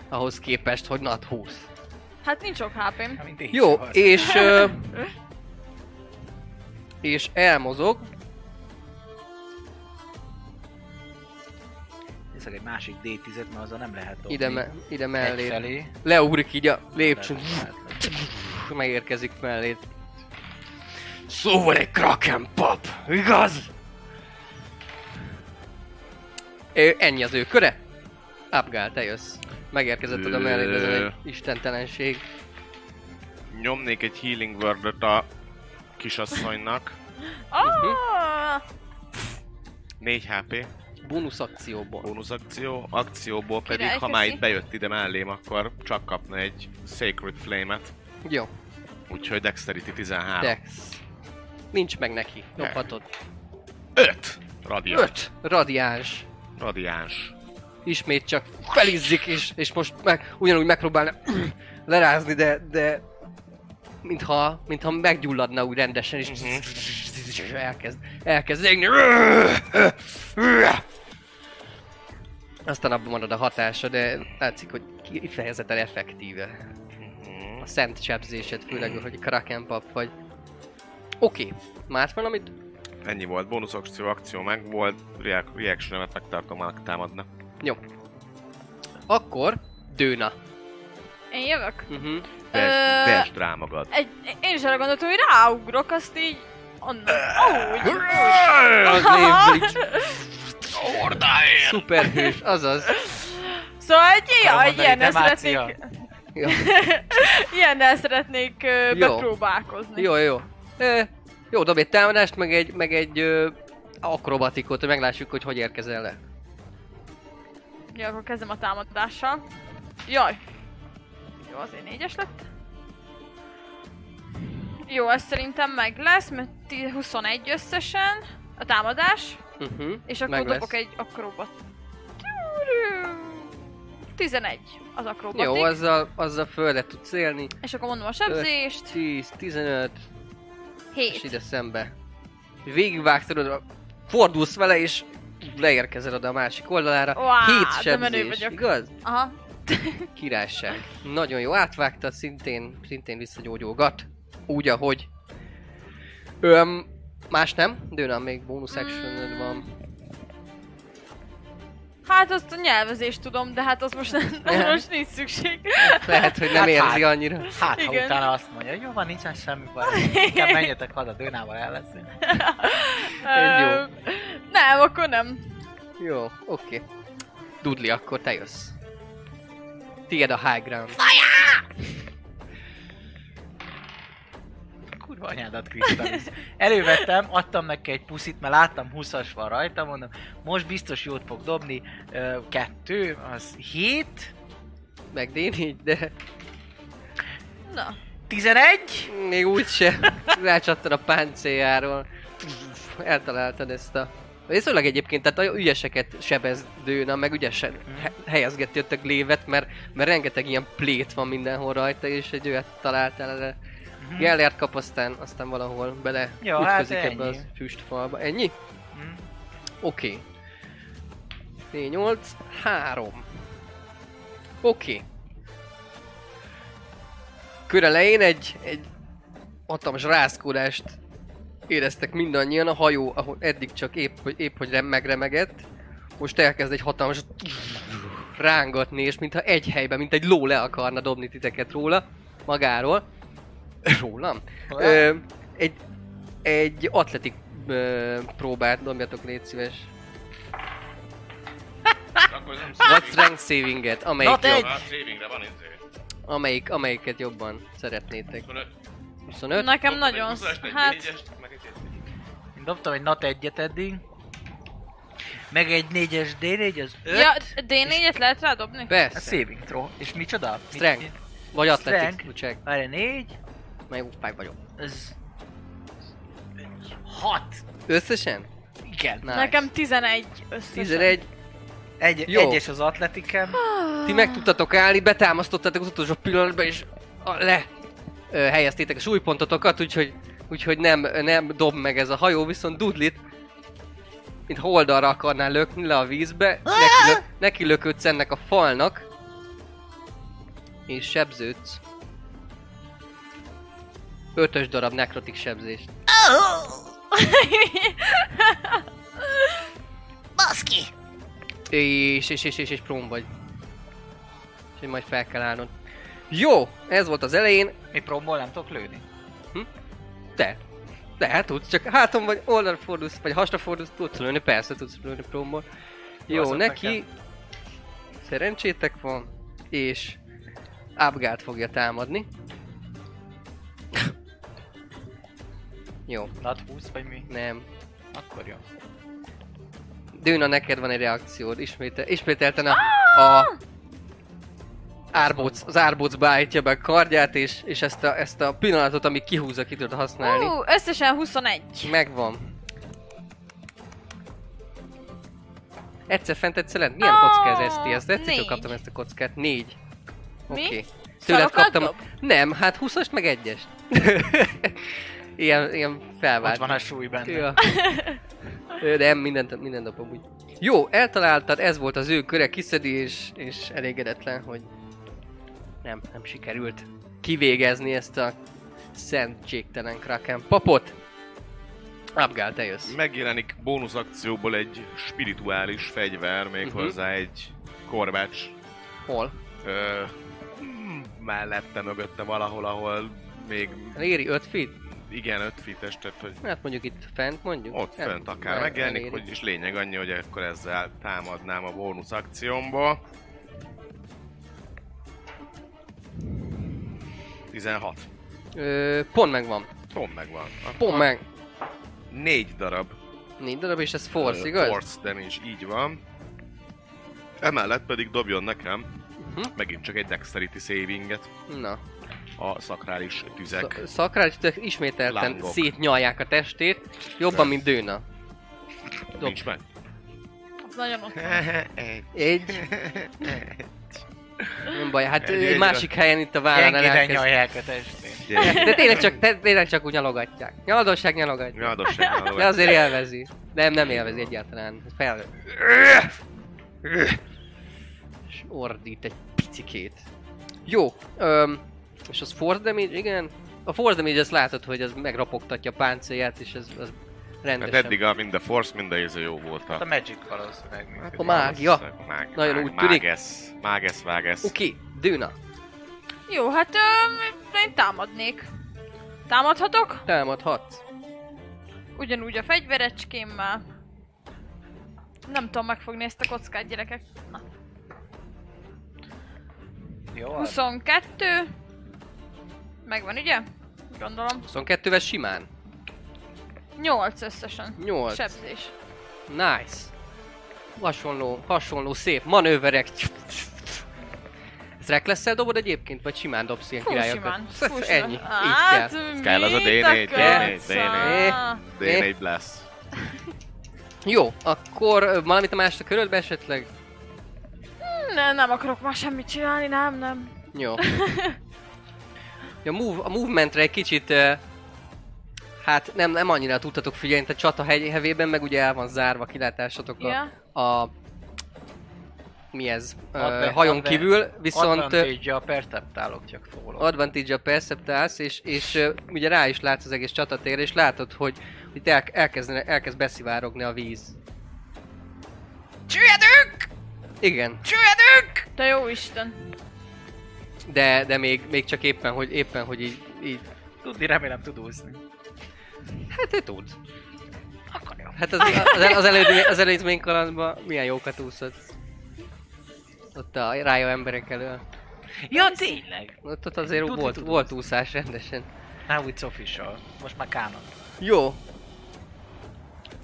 B: Ahhoz képest, hogy nat 20.
D: Hát nincs sok hp -m.
E: Mint én
B: Jó,
E: soha.
B: és... Ö, és elmozog.
E: Iszok egy másik D10-et, mert azzal nem lehet dobni.
B: Ide, me, ide mellé.
E: Egyfelé.
B: Leugrik így a lépcsőn. Megérkezik mellé. Szóval egy kraken pap, igaz? Ö, ennyi az ő köre. Abgál, te jössz. Megérkezett oda mellé, de ez egy istentelenség.
C: Nyomnék egy healing word a kisasszonynak.
B: Mhm.
D: Ah,
C: 4 HP,
B: Bónusz akcióból.
C: bónusz akció, akcióból pedig,
D: Király,
C: ha már
D: köszi.
C: itt bejött ide mellém, akkor csak kapna egy Sacred Flame-et.
B: Jó,
C: Úgyhogy Dexterity 13.
B: Dex. Nincs meg neki. Dobhatod.
C: 5! Radiáns.
B: Öt radiáns.
C: Radiáns.
B: Ismét csak felizzik, és, és most meg, ugyanúgy megpróbálna lerázni, de, de mintha, mintha meggyulladna úgy rendesen, és elkezd, elkezd égni. Aztán abban marad a hatása, de látszik, hogy kifejezetten effektíve.
C: Mhm.
B: A szent sebzésed, főleg, hogy Kraken pap vagy. Oké, okay. más valamit?
C: Ennyi volt, bónusz akció, akció meg volt, reac- reaction-emet megtartom, annak támadna.
B: Akkor Dőna.
D: Én jövök.
B: Uh-huh.
D: Ö-
C: Test, test rá magad.
D: Egy, én is arra gondoltam, hogy ráugrok, azt így... Onnan. Úgy.
B: Az név,
C: Hordáért!
B: szuperhős, azaz.
D: Szóval egy ja, egy
E: Karmandari
D: ilyennel
E: demácia.
D: szeretnék...
B: Jó.
D: ilyennel szeretnék ö,
B: Jó.
D: bepróbálkozni.
B: Jó, jó. Ö, jó, dob egy támadást, meg egy, meg egy ö, akrobatikot, hogy meglássuk, hogy hogy érkezel le.
D: Jó, akkor kezdem a támadással. Jaj! Jó, azért négyes lett. Jó, ez szerintem meg lesz, mert ti- 21 összesen a támadás,
B: Uh-huh.
D: és akkor
B: meg
D: Meg
B: lesz.
D: dobok egy akrobat. 11 az akrobatik,
B: Jó, azzal, azzal fölre tudsz élni.
D: és akkor mondom a sebzést,
B: 10, 15, és
D: 7.
B: ide szembe. Végigvágtad oda, fordulsz vele, és leérkezel oda a másik oldalára.
D: Uá,
B: Hét
D: de menő
B: sebzés,
D: vagyok.
B: igaz?
D: Aha,
B: Királyság. Nagyon jó, átvágtad, szintén, szintén visszagyógyulgat. Úgy, ahogy. Öm, más nem? Dőna, még bónusz actioned van.
D: hát azt a nyelvezést tudom, de hát az most nem,
B: Nem.
D: most nincs szükség.
B: Lehet, hogy nem
E: Hát,
B: érzi
E: hát.
B: annyira.
E: Hát, ha
D: Igen.
E: utána azt mondja, jó van, nincsen semmi baj, inkább menjetek haza, Dönával el leszünk.
B: Jó.
D: Ö, nem, akkor nem.
B: Jó, oké. Dudli, akkor te jössz. Tied a high ground.
E: Kurva anyádat, Krisztalis. Elővettem, adtam neki egy puszit, mert láttam 20-as van rajta, mondom, most biztos jót fog dobni. Ö, kettő, az 7,
B: Meg D4, de
D: Na,
E: 11,
B: még úgyse. Rácsattan a páncéljáról. Eltaláltad ezt a... Viszonylag Hát egyébként, tehát olyan ügyeseket sebez Dőna, meg ügyesen
E: Mhm.
B: he- helyezgeti ott a glévet, mert, mert rengeteg ilyen plét van mindenhol rajta, és egy olyat találtál erre.
E: Mhm.
B: Gellert kap, aztán, aztán valahol bele
E: Ja, hát
B: ütközik ebbe
E: ennyi.
B: az füstfalba. Ennyi?
E: Mhm.
B: Oké. Okay. 8, 3. Oké. Okay. Kör elején egy, egy hatalmas rázkódást éreztek mindannyian, a hajó, ahol eddig csak épp, hogy- épp hogy rem- megremegett, most elkezd egy hatalmas rángatni, és mintha egy helyben, mint egy ló le akarna dobni titeket róla, magáról. Rólam? Ö, egy, egy atletik ö, próbát dobjatok, légy szíves.
C: Akkor nem
B: Vagy strength savinget, amelyik, jobb,
C: Hát, savingre van izé.
B: amelyik, amelyiket jobban szeretnétek.
C: 25.
B: 25?
D: nekem
C: Dobtam egy
D: nagyon...
C: 20-ast, egy
D: Hát,
C: 4-est, meg egy ötöt.
E: Én dobtam egy nat egyet eddig. Meg egy 4-es D4, az 5.
D: ja, D4-et lehet rádobni?
E: A
B: Persze.
E: saving throw. És micsoda?
B: Strength.
E: Mit-
B: Vagy atletik,
E: Strength.
B: check.
E: Várj, 4,
B: Mely úpály vagyok.
E: ez... 6.
B: Összesen?
E: Igen.
B: Nice.
D: Nekem 11 összesen.
B: 11.
E: Egy,
B: Jó.
E: egyes az atletikem.
B: Ti meg tudtatok állni, betámasztottátok az utolsó pillanatban, és a- le ö, helyeztétek a súlypontotokat, úgyhogy, úgyhogy nem, nem dob meg ez a hajó, viszont Dudlit mint ha oldalra akarnál lökni le a vízbe, neki, lö, neki löködsz ennek a falnak, és sebződsz. Ötös darab nekrotik sebzést.
F: Baszki!
B: És, és, és, és, és prón vagy. És majd fel kell állnod. Jó, ez volt az elején,
E: Mi promból nem tudok lőni.
B: Te. De hát tudsz, csak háton vagy oldalra fordulsz, vagy hasra fordulsz, tudsz lőni, persze tudsz lőni promból.
E: Jó,
B: Jó,
E: az
B: neki
E: nekem.
B: szerencsétek van, és Abgát fogja támadni. Jó,
E: Nat 20 vagy mi?
B: nem.
E: Akkor jó.
B: Dűna, neked van egy reakciód, Ismétel, ismételten a,
D: Ah!
B: a árbóc, az árbóc beállítja be a kardját, és, és ezt, a, ezt a pillanatot, ami kihúzza, ki tudod használni.
D: Ú, összesen 21.
B: Megvan. Egyszer fent, egyszer lent. Milyen kocka ez ezt? Ezt egyszer
D: Ah! Négy.
B: kaptam ezt a kockát. Négy.
D: Mi?
B: Oké. Tőled
D: Szarokat
B: kaptam...
D: dob?
B: Nem, hát 20 meg egyes. ilyen, ilyen
E: Ott
B: felvált.
E: van a súly benne.
B: Ja. Ö, De nem, mindent, mindent dobom úgy. Jó, eltaláltad, ez volt az ő köre, kiszedi és, és elégedetlen, hogy nem, nem sikerült kivégezni ezt a szentségtelen kraken papot. Abgál, te jössz.
C: Megjelenik bónusz akcióból egy spirituális fegyver, méghozzá egy korbács
B: Hol?
C: ö, hmm, mellette, mögötte valahol, ahol még
B: Léri 5 feet?
C: igen, 5 fites, tehát hogy
B: Hát mondjuk itt fent, mondjuk?
C: ott
B: Nem,
C: fönt akár
B: nem
C: megjelenik,
B: eléri.
C: hogy is lényeg annyi, hogy akkor ezzel támadnám a bónusz akciómba. 16.
B: Ö, pont megvan.
C: Pont megvan. Akkor
B: Pont meg.
C: Négy darab
B: Négy darab, és ez force,
C: Ö,
B: igaz?
C: Force damage, így van. Emellett pedig dobjon nekem
B: Mhm.
C: megint csak egy dexterity savinget
B: Na.
C: a szakrális tüzek.
B: Sz- Szakrács tök ismételten
C: Lángok.
B: szétnyalják a testét, jobban, mint Dőna.
C: Nincs meg.
D: Az nagyon ott.
B: Egy. Nem baj, hát
C: Egy-
B: egy,
C: egy-
B: egy másik helyen itt a vállán
E: Gyengéden
B: elkezd.
E: nyalják a testét.
C: Gyere.
B: De tényleg csak, te- tényleg csak úgy nyalogatják. Nyaldosság nyalogatják.
C: Nyaldosság,
B: De azért élvezi. Nem, nem élvezi egyáltalán. Fel...
C: Hát
B: És ordít egy picikét. Jó. Öm, és az force damage, igen. A force damage azt látod, hogy az megropogtatja a páncélját, és ez az
C: Hát
B: rendesen.
C: eddig a, mind a force, mind a izé jó volt
E: Hát a
C: a...
E: magic valószínűleg
C: Hát
E: működik.
B: a Hát, mágia.
C: Mág,
B: Nagyon
C: mág,
B: úgy tűnik.
C: Mágesz, mágesz, vágesz.
B: Oké, okay, Dűna.
D: Jó, hát ö, én támadnék. Támadhatok?
B: Támadhatsz.
D: Ugyanúgy a fegyverecskémmel. Nem tudom megfogni ezt a kockát, gyerekek.
E: Jó,
D: 22. Megvan, ugye? Gondolom.
B: 22-vel simán.
D: 8 összesen.
B: 8.
D: Sebzés.
B: Nice. Hasonló, hasonló szép manőverek. Ezt reckless dobod egyébként, vagy simán dobsz ilyen
D: Fú,
B: királyokat?
D: simán.
B: Szóval
D: Fú, simán.
B: Ennyi. Így
D: Hát,
B: kell.
D: mit
C: Kell az a D4,
D: akarsz?
C: D4, D4. D4 lesz.
B: Jó, akkor ö, valamit a másik körödbe esetleg?
D: Ne, nem akarok már semmit csinálni, nem, nem.
B: Jó. A, move, a movementre egy kicsit... ö, Hát nem, nem annyira tudtatok figyelni, tehát csata hegy- hevében meg ugye el van zárva a kilátásotok a,
D: Ja.
B: a... Mi ez? Ö,
E: Advan-
B: hajón
E: advan-
B: kívül, viszont... ö,
E: Advantage a perceptálok csak fólok.
B: advantage a perceptálsz, és, és ö, ugye rá is látsz az egész csatatérre, és látod, hogy itt el, elkezd, elkezd beszivárogni a víz.
F: Csüledünk!
B: Igen,
F: Csüledünk!
D: De jó Isten.
B: de, de még, még csak éppen, hogy, éppen, hogy így, így
E: Tudni remélem tud úszni.
B: hát te tud.
F: Akkor jó.
B: Hát az, az, az, elődmény, az előzmény kalandban milyen jókat úszott. Ott a rájó emberek elől. Hát
E: Ja, tényleg!
B: Ott, ott azért
E: Tudni
B: volt,
E: tud
B: volt úszás rendesen.
E: Now it's official. Most már kánon.
B: Jó.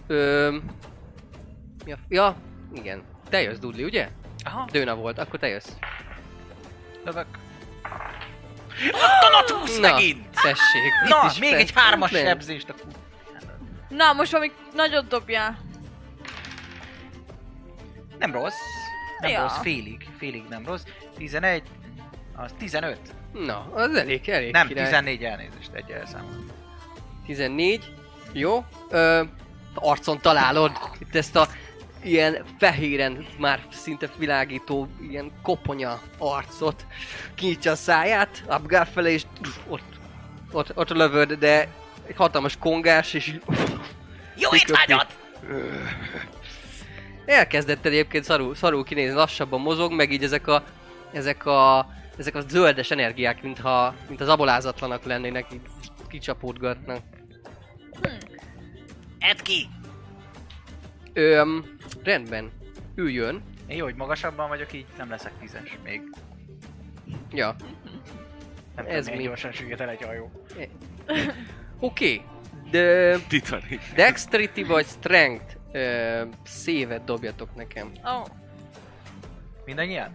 B: Ö, ja, ja, igen. Te jössz, Dudli, ugye?
E: Aha,
B: Dőna volt, akkor te jössz.
E: lövök.
B: Húsz megint! Tessék. itt
E: Na,
B: is
E: még
B: fent.
E: egy hármas
B: Nem.
E: sebzést. a kú-
D: Na, most valami nagyot dobjál.
E: Nem rossz. Nem
D: Ja.
E: rossz, félig. Félig nem rossz. 11, az 15.
B: Na, az elég, elég
E: nem,
B: király.
E: 14 elnézést egy elszámolom.
B: 14. Jó. Ö, arcon találod itt ezt a ilyen fehéren, már szinte világító, ilyen koponya arcot. Kinyitja a száját, abgál fele, és ott, ott, ott lövöd, de egy hatalmas kongás, és így
F: Jó
B: Kiköpi.
F: itt hagyod!
B: elkezdett egyébként szarul, szarul kinézni, lassabban mozog, meg így ezek a, ezek a, ezek a zöldes energiák, mintha, mint az abolázatlanak lennének, így kicsapódgatnak.
F: Edd ki!
B: Öm, rendben. Üljön.
E: Én jó, hogy magasabban vagyok, így nem leszek tízes még.
B: Ja.
E: Nem
B: Ez
E: Ez tudom, mi?
B: mi?
E: gyorsan süllyed el egy hajó.
B: Oké. De
C: Titanic.
B: Dexterity vagy Strength ö, szévet dobjatok nekem.
D: Ó, oh,
E: Mindannyian?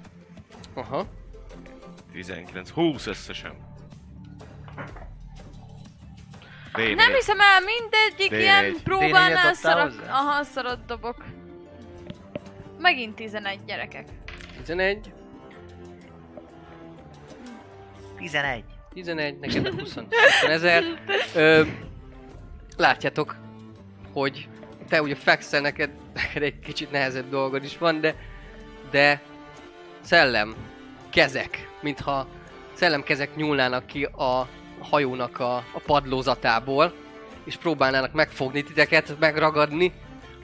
B: Aha.
C: 19, 20 összesen. D4.
D: Nem hiszem el, mindegyik
C: D4.
D: ilyen próbánál
E: adtál
D: szarat...
E: hozzá?
D: Aha, szarat dobok. Megint 11 gyerekek.
B: 11.
E: 11.
B: 11, neked a 20. 20 ezer. Ö, látjátok, hogy te ugye fekszel, neked, neked egy kicsit nehezebb dolgod is van, de, de szellem, kezek, mintha szellemkezek nyúlnának ki a hajónak a, a padlózatából, és próbálnának megfogni titeket, megragadni,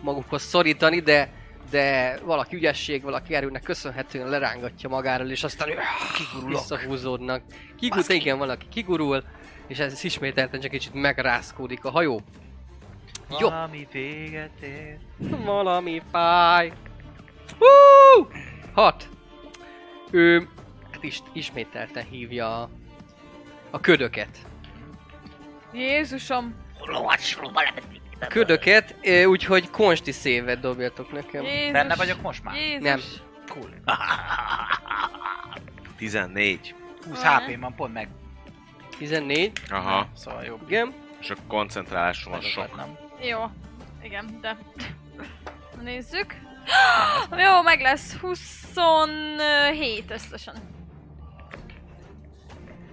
B: magukhoz szorítani, de, de valaki ügyesség, valaki erőnek köszönhetően lerángatja magáról, és aztán ő visszahúzódnak. Kigurul, igen, valaki kigurul, és ez ismételten csak kicsit megrázkódik a hajó. Jó,
E: Valami véget ér.
B: valami fáj. Hú! Hat. Ő hát is, ismételten hívja a, a ködöket.
D: Jézusom!
F: Lovacsról valamit.
B: A ködöket, ö, úgyhogy konsti szévet dobjatok nekem.
D: Jézus!
E: Benne vagyok most már?
D: Jézus!
B: Nem.
E: Cool.
G: 14.
E: 20 hp van, pont meg.
B: 14,
C: Aha.
E: Szóval jobb.
B: igen.
C: És a koncentrálásom az sok.
E: Megadnám.
D: Jó. Igen, de... Nézzük. Jó, meg lesz 27 összesen.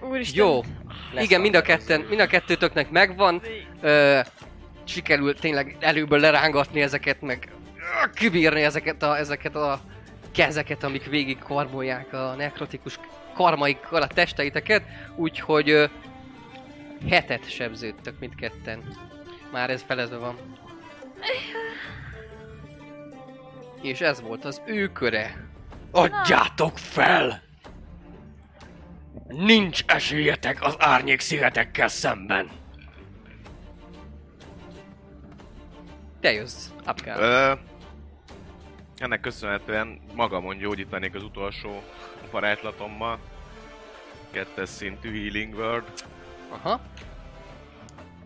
D: Úristen.
B: Jó. Igen, mind a, ketten, mind a kettőtöknek megvan. Ö, sikerült tényleg előből lerángatni ezeket, meg ö, kibírni ezeket a, ezeket a kezeket, amik végig karmolják a nekrotikus karmaikkal a testeiteket, úgyhogy ö, hetet sebződtök mindketten. Már ez felezve van. És ez volt az ő köre.
F: Adjátok fel! Nincs esélyetek az árnyék szigetekkel szemben.
B: Te jössz, Apkán.
C: Ö, ennek köszönhetően magamon gyógyítanék az utolsó varázslatommal. Kettes szintű Healing Word.
B: Aha,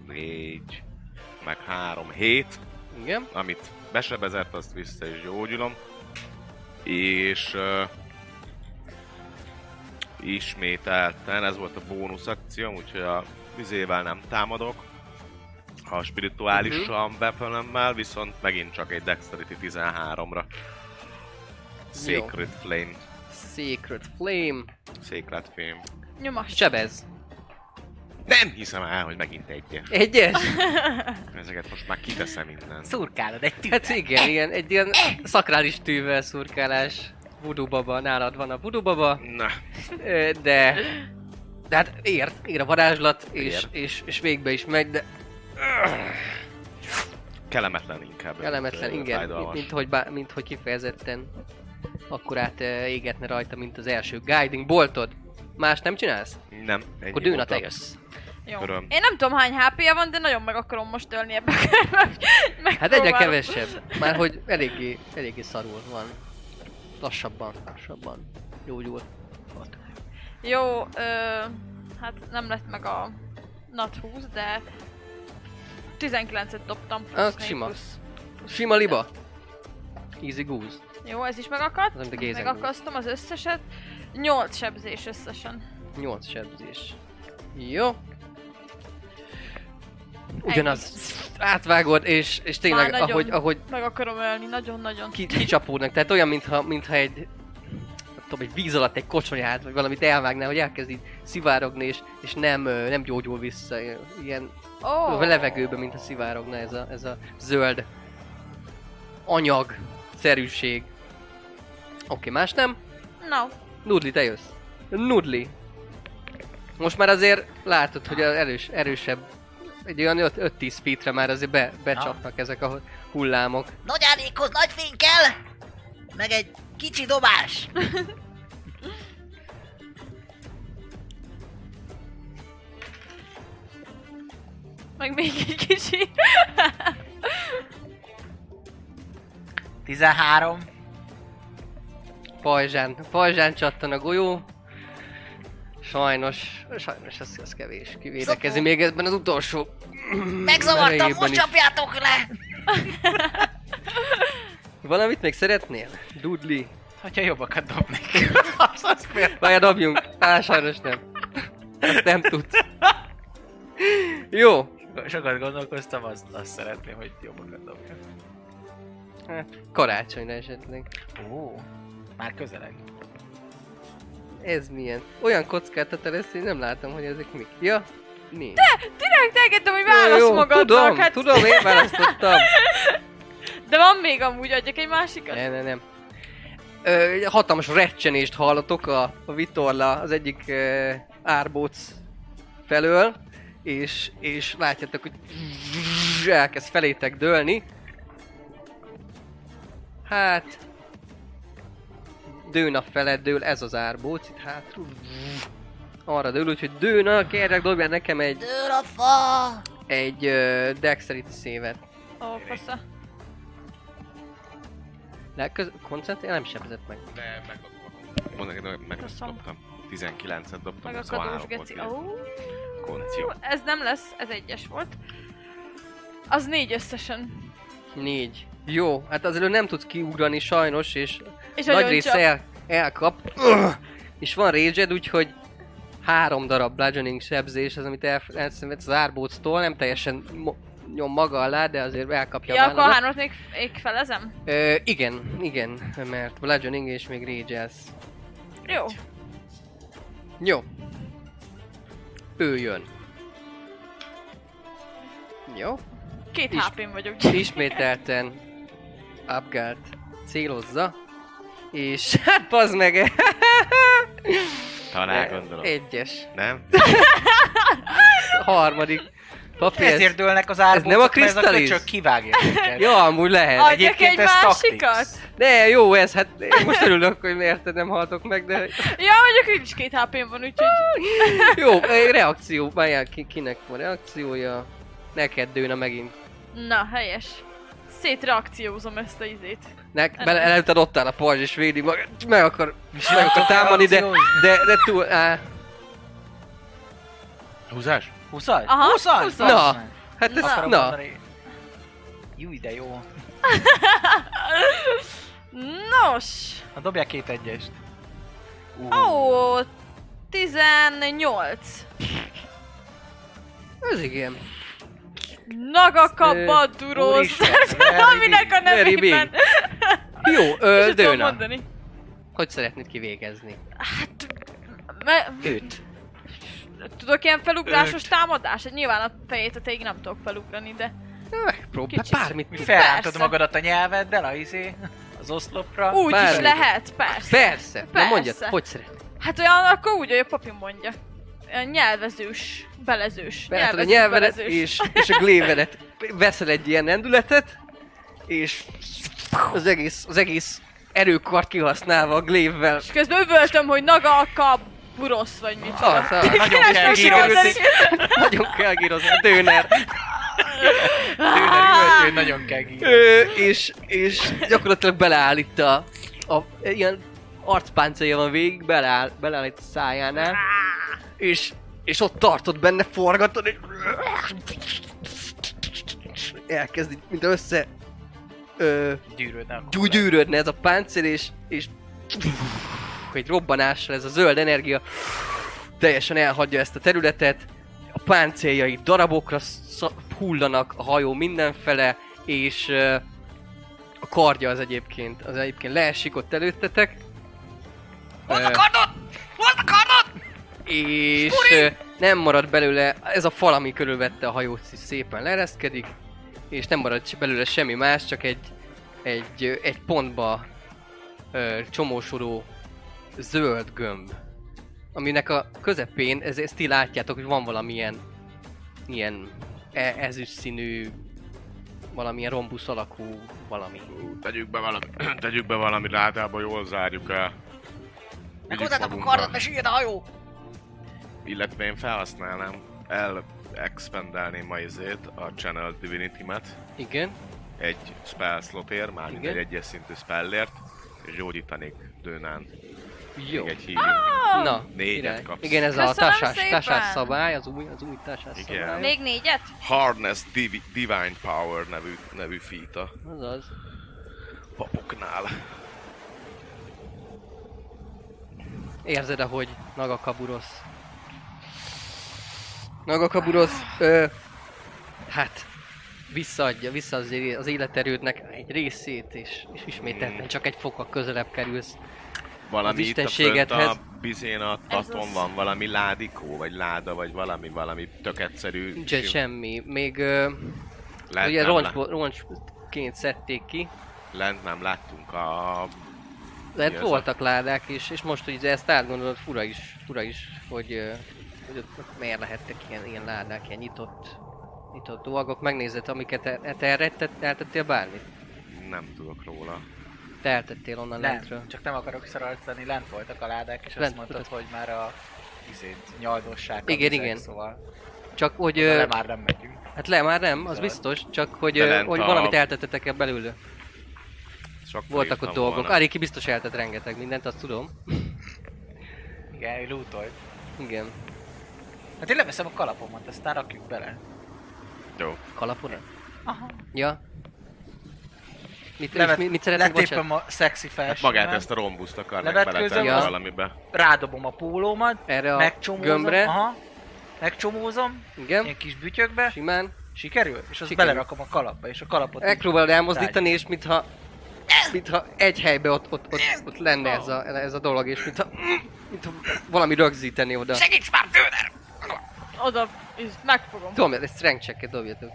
C: 4, meg 3, 7,
B: igen.
C: amit besebezett, azt vissza is gyógyulom. És ö, ismételten, ez volt a bónusz akcióm, úgyhogy a vizével nem támadok. A spirituálisan
B: Mhm.
C: bepölömmel, viszont megint csak egy Dexterity 13-ra. Sacred Flame.
B: Secret Flame.
C: Sacred Flame.
D: Nyomas.
B: Sebez.
C: Nem hiszem el, hogy megint egyes.
B: Egyes?
C: Ezeket most már kiteszem innen.
E: Szurkálod egy tűt.
B: Hát igen, igen, egy ilyen szakrális tűvel szurkálás. Voodoo baba, nálad van a voodoo baba,
C: Na,
B: ö, de... De hát ér, ér a varázslat, és,
C: Ér.
B: és, és végbe is megy, de
C: kellemetlen inkább.
B: elemetlen,
C: Ö,
B: igen, mint,
C: fájdalmas.
B: mint, hogy, bá, mint hogy kifejezetten akkor át ö, égetne rajta, mint az első guiding boltod. Más nem csinálsz?
C: Nem. Ennyi
B: Akkor dűna
C: volt
B: te
C: a-
B: jössz.
D: Jó.
C: Öröm.
D: Én nem tudom hány hp -ja van, de nagyon meg akarom most ölni ebbe a körbe.
B: Hát egyre kevesebb, már hogy eléggé, eléggé szarul van. Lassabban, lassabban. Gyógyul.
D: Jó, ö, hát nem lett meg a nat 20, de 19-et dobtam. Plusz
B: Ah,
D: négy,
B: sima.
D: Plusz, plusz
B: Sima
D: ötöt.
B: liba. Easy goose.
D: Jó, ez is megakadt.
B: Az, amit a gézen
D: Megakasztom az összeset. 8 sebzés összesen.
B: 8 sebzés. Jó. Ugyanaz. Átvágod, és, és tényleg,
D: Már nagyon.
B: ahogy, ahogy
D: Meg akarom ölni, nagyon-nagyon.
B: ki, kicsapódnak, tehát olyan, mintha, mintha egy nem tudom, egy víz alatt egy kocsonyát, vagy valamit elvágnál, hogy elkezd így szivárogni, és, és nem, ö, nem gyógyul vissza. Ilyen
D: Oh.
B: a levegőbe, mintha szivárogna ez a, ez a zöld anyag szerűség. Oké, más nem?
D: No.
B: Nudli, te jössz. Nudli. Most már azért látod, hogy az erős, erősebb, egy olyan 5-10 feetre már azért be, becsapnak ezek a hullámok.
H: Nagy árnyékhoz nagy fény kell, meg egy kicsi dobás.
B: Hmm,
D: Meg még egy kicsi.
E: 13.
B: Pajzsán, pajzsán csattan a golyó. Sajnos, sajnos ez, ez kevés kivédekezni még ebben az utolsó
H: Megzavartam,
B: erejében
H: most
B: is.
H: csapjátok le!
B: Valamit még szeretnél? Dudli.
E: Hogyha jobbakat dobnék. az, az miért?
B: Várjál, dobjunk. Á, sajnos nem. Azt nem tudsz. Jó.
E: Sokat gondolkoztam, azt, azt szeretném, hogy jobbakat dobjak.
B: Karácsonyra esetleg.
E: Ó, már közeleg.
B: Ez milyen? Olyan kockát a teresz, én nem látom, hogy ezek mik. Ja, nincs. De
D: Direkt elgettem, hogy válasz magadnak.
B: Tudom,
D: hát,
B: tudom, én választottam.
D: De van még amúgy, adjak egy másikat.
B: ne, ne, nem. ö, hatalmas recsenést hallatok a, a vitorla az egyik ö, árbóc felől, és, és látjátok, hogy elkezd felétek dőlni. Hát... Dőna fele dől ez az árbóc, itt hátul. Arra dől, úgyhogy Dőna, kérlek dobjál nekem egy,
H: Dől a fa!
B: egy ö, Dexterity szévet.
D: Ó, fasza.
B: Le, köz, koncentrál, nem sebzett meg.
C: De meg, meg, meg
D: Köszönöm.
C: dobtam. 19-et dobtam,
D: Meg
C: a
D: a kadós geci. Ó,
C: Konció.
D: ez nem lesz, ez egyes volt. Az négy összesen.
B: Négy. Jó, hát az elő nem tudsz kiugrani sajnos, és
D: És
B: Nagy
D: nagyon
B: része
D: csak-
B: el, elkap. Ugh! És van rage úgyhogy három darab bludgeoning sebzés az, amit el, elszenvedsz az árbóctól, nem teljesen mo- nyom maga alá, de azért elkapja
D: Ja,
B: a
D: akkor a
B: válladat.
D: hármat még, még felezem?
B: Ö, igen, igen, mert bludgeoning és még rage
D: Jó.
B: Jó. Ő jön. Jó.
D: Két
B: Is-
D: HP-n vagyok.
B: Ismételten Abgált célozza. És hát bazd meg!
C: Talán gondolom.
B: Egyes.
C: Nem?
B: harmadik papír.
E: Ezért dőlnek az árbócok,
B: nem a
E: mert ez a
B: kristáliz?
E: köcsög kivágja őket.
B: Ja, amúgy lehet.
D: Adjak
E: Egyébként
D: egy
E: ez
D: másikat?
E: tactics.
B: De jó ez, hát én most örülök, hogy miért nem haltok meg, de
D: Ja, mondjuk így is két HP-n van, úgyhogy...
B: jó, eh, reakció, várjál, ki, kinek van reakciója? Neked dőna megint.
D: Na, helyes. Szétreakciózom ezt a izét.
B: Nek, bele, előtted ott áll a pajzs és védi magad, meg akar, meg akar támadni, de, de, de túl, á,
C: Húzás?
E: 20
D: Aha,
E: 20
D: huszas.
B: Na. hát ez,
E: Akarom
B: na,
E: mondani. Júj, de jó.
D: Nos!
E: Na dobjál két egyest. Uh,
D: Ó, 18.
B: ez igen.
D: Nagakabba duróz. Aminek a
B: very big.
D: nevében.
B: Jó,
D: És
B: ö,
D: ezt tudom
B: Dőna,
D: mondani.
B: hogy szeretnéd kivégezni?
D: Me-
B: Őt.
D: Tudok ilyen felugrásos támadást? Nyilván a fejét a teig nem tudok felugrani, de...
B: Megpróbál,
D: Kicsit.
B: bármit
E: Mi felrántod
D: Persze.
E: magadat a nyelveddel, a izé, az oszlopra.
D: Úgy is
B: Bármi.
D: lehet, persze.
B: Persze, na mondjad,
D: Persze.
B: hogy szeretnéd?
D: Hát olyan, akkor úgy, hogy a papi mondja. Olyan nyelvezős, belezős.
B: Beletad hát a
D: nyelvező,
B: nyelvedet
D: belezős.
B: és, és a glévedet. Veszel egy ilyen rendületet, és az egész, az egész erőkart kihasználva a glévvel.
D: És közben üvöltöm, hogy naga a kab, burosz vagy mit.
B: Ah, Az, az,
E: Nagyon kell
D: Ezt is
E: gírozni.
D: mondani.
B: nagyon kell gírozni a dőner.
E: Tőle nagyon kell gírozni.
B: Ö, és, és gyakorlatilag beleáll itt a, a ilyen arcpáncélja van végig, beleáll, beleáll itt a szájánál. És, és ott tartod benne, forgatod, és elkezd így, mint össze ö,
E: Gyűrődnek.
B: gyú- gyűrődne ez a páncél, és, és egy robbanással ez a zöld energia teljesen elhagyja ezt a területet, a páncéljai darabokra sz- hullanak a hajó mindenfele, és ö, a kardja az egyébként, az egyébként leesik ott előttetek. Hozd a kardot! Hozd a kardot! És ö, nem marad belőle, ez a fal, ami körülvette a hajót, is szépen leereszkedik, és nem marad se- belőle semmi más, csak egy, egy, ö, egy pontba ö, csomósodó zöld gömb, aminek a közepén, ez, ezt ti látjátok, hogy van valamilyen ilyen e- ezüst színű, valamilyen rombusz alakú valami.
C: Tegyük be valami, tegyük be valami, általában jól zárjuk el. Vigyük
H: Meghozzátok a
C: magunkkal.
H: kardot, mert süllyed a hajó!
C: Illetve én felhasználnám, el expendelném ma izét, a Channel Divinity-met,
B: Igen.
C: egy spell slotért, már
B: Igen.
C: egy egyes szintű spellért, és gyógyítanék Dőnán.
B: Jó.
C: Még egy hív.
B: Na,
C: Négyet
B: király.
C: kapsz.
B: Igen, ez a
D: Köszönöm
B: társás,
D: szépen.
B: társás szabály, az új, az új társás
C: Igen.
B: szabály.
D: Még négyet?
C: Harness Divi- Divine Power nevű, nevű feat a
B: Azaz.
C: papoknál.
B: Érzed, ahogy Nagakaburosz. Nagakaburosz, ö, hát visszaadja, vissza az, é- az életerődnek egy részét, és, és ismételten csak egy fokkal közelebb kerülsz.
C: Valami
B: Az
C: itt a fönt
B: istenségethez.
C: a bizén a
D: Ez
C: taton
D: az.
C: van, valami ládikó, vagy láda, vagy valami, valami tök egyszerű.
B: Nincsen
C: sim-
B: semmi. Még ö,
C: Lent
B: ugye
C: nem
B: roncsbo- roncsként szedték ki.
C: lent nem láttunk a
B: Lehet
C: Mi az
B: voltak ládák is, és most, hogy ezt átgondolod, fura is, fura is, hogy, ö, hogy ott, ott miért lehettek ilyen, ilyen ládák, ilyen nyitott, nyitott dolgok. Megnézed, amiket el- te elrettett, eltettél bármit?
C: Nem tudok róla.
B: Te eltettél onnan lentről.
E: Nem, csak nem akarok szaralcani, lent voltak a ládák, és
B: Lent
E: azt mondtad,
B: voltak.
E: hogy már a izé, izét, nyaldosság.
B: Igen, igen.
E: Szóval
B: Csak hogy...
E: Ö...
B: ö,
E: már nem megyünk.
B: Hát le már nem, az
E: Zöld.
B: biztos, csak hogy,
C: De
B: ö,
C: lent
B: hogy
C: a-
B: valamit eltettetek el belőle.
C: Sok
B: Voltak
C: írtam
B: ott dolgok.
C: volna.
B: Ariki biztos eltett rengeteg mindent, azt tudom.
E: Igen, ő lootolt.
B: Igen.
E: Hát én leveszem a kalapomat, aztán rakjuk bele.
C: Jó.
B: Kalapora?
E: Aha.
B: Ja. Mit,
E: Levet,
B: Levet, mit, mit szeretnék, bocsánat?
E: letépem a szexi
C: Hát
E: felsőmet,
C: magát ezt a rombuszt akarnak
E: Levetkőzöm,
C: beletenni
B: az-
C: valamibe.
E: rádobom a pólómat,
B: Erre a
E: megcsomózom,
B: gömbre.
E: aha, megcsomózom,
B: Igen.
E: ilyen kis bütyökbe,
B: Simán.
E: sikerül? És azt
B: Sikerül.
E: belerakom a kalapba, és a kalapot... így-
B: Megpróbálod elmozdítani, és mintha, mintha egy helybe ott, ott, ott, ott lenne ez a, ez a dolog, és mintha, mintha valami rögzíteni oda.
H: Segíts már, Döner!
D: Oda, és megfogom.
B: Tudom, ez strength checket dobjatok.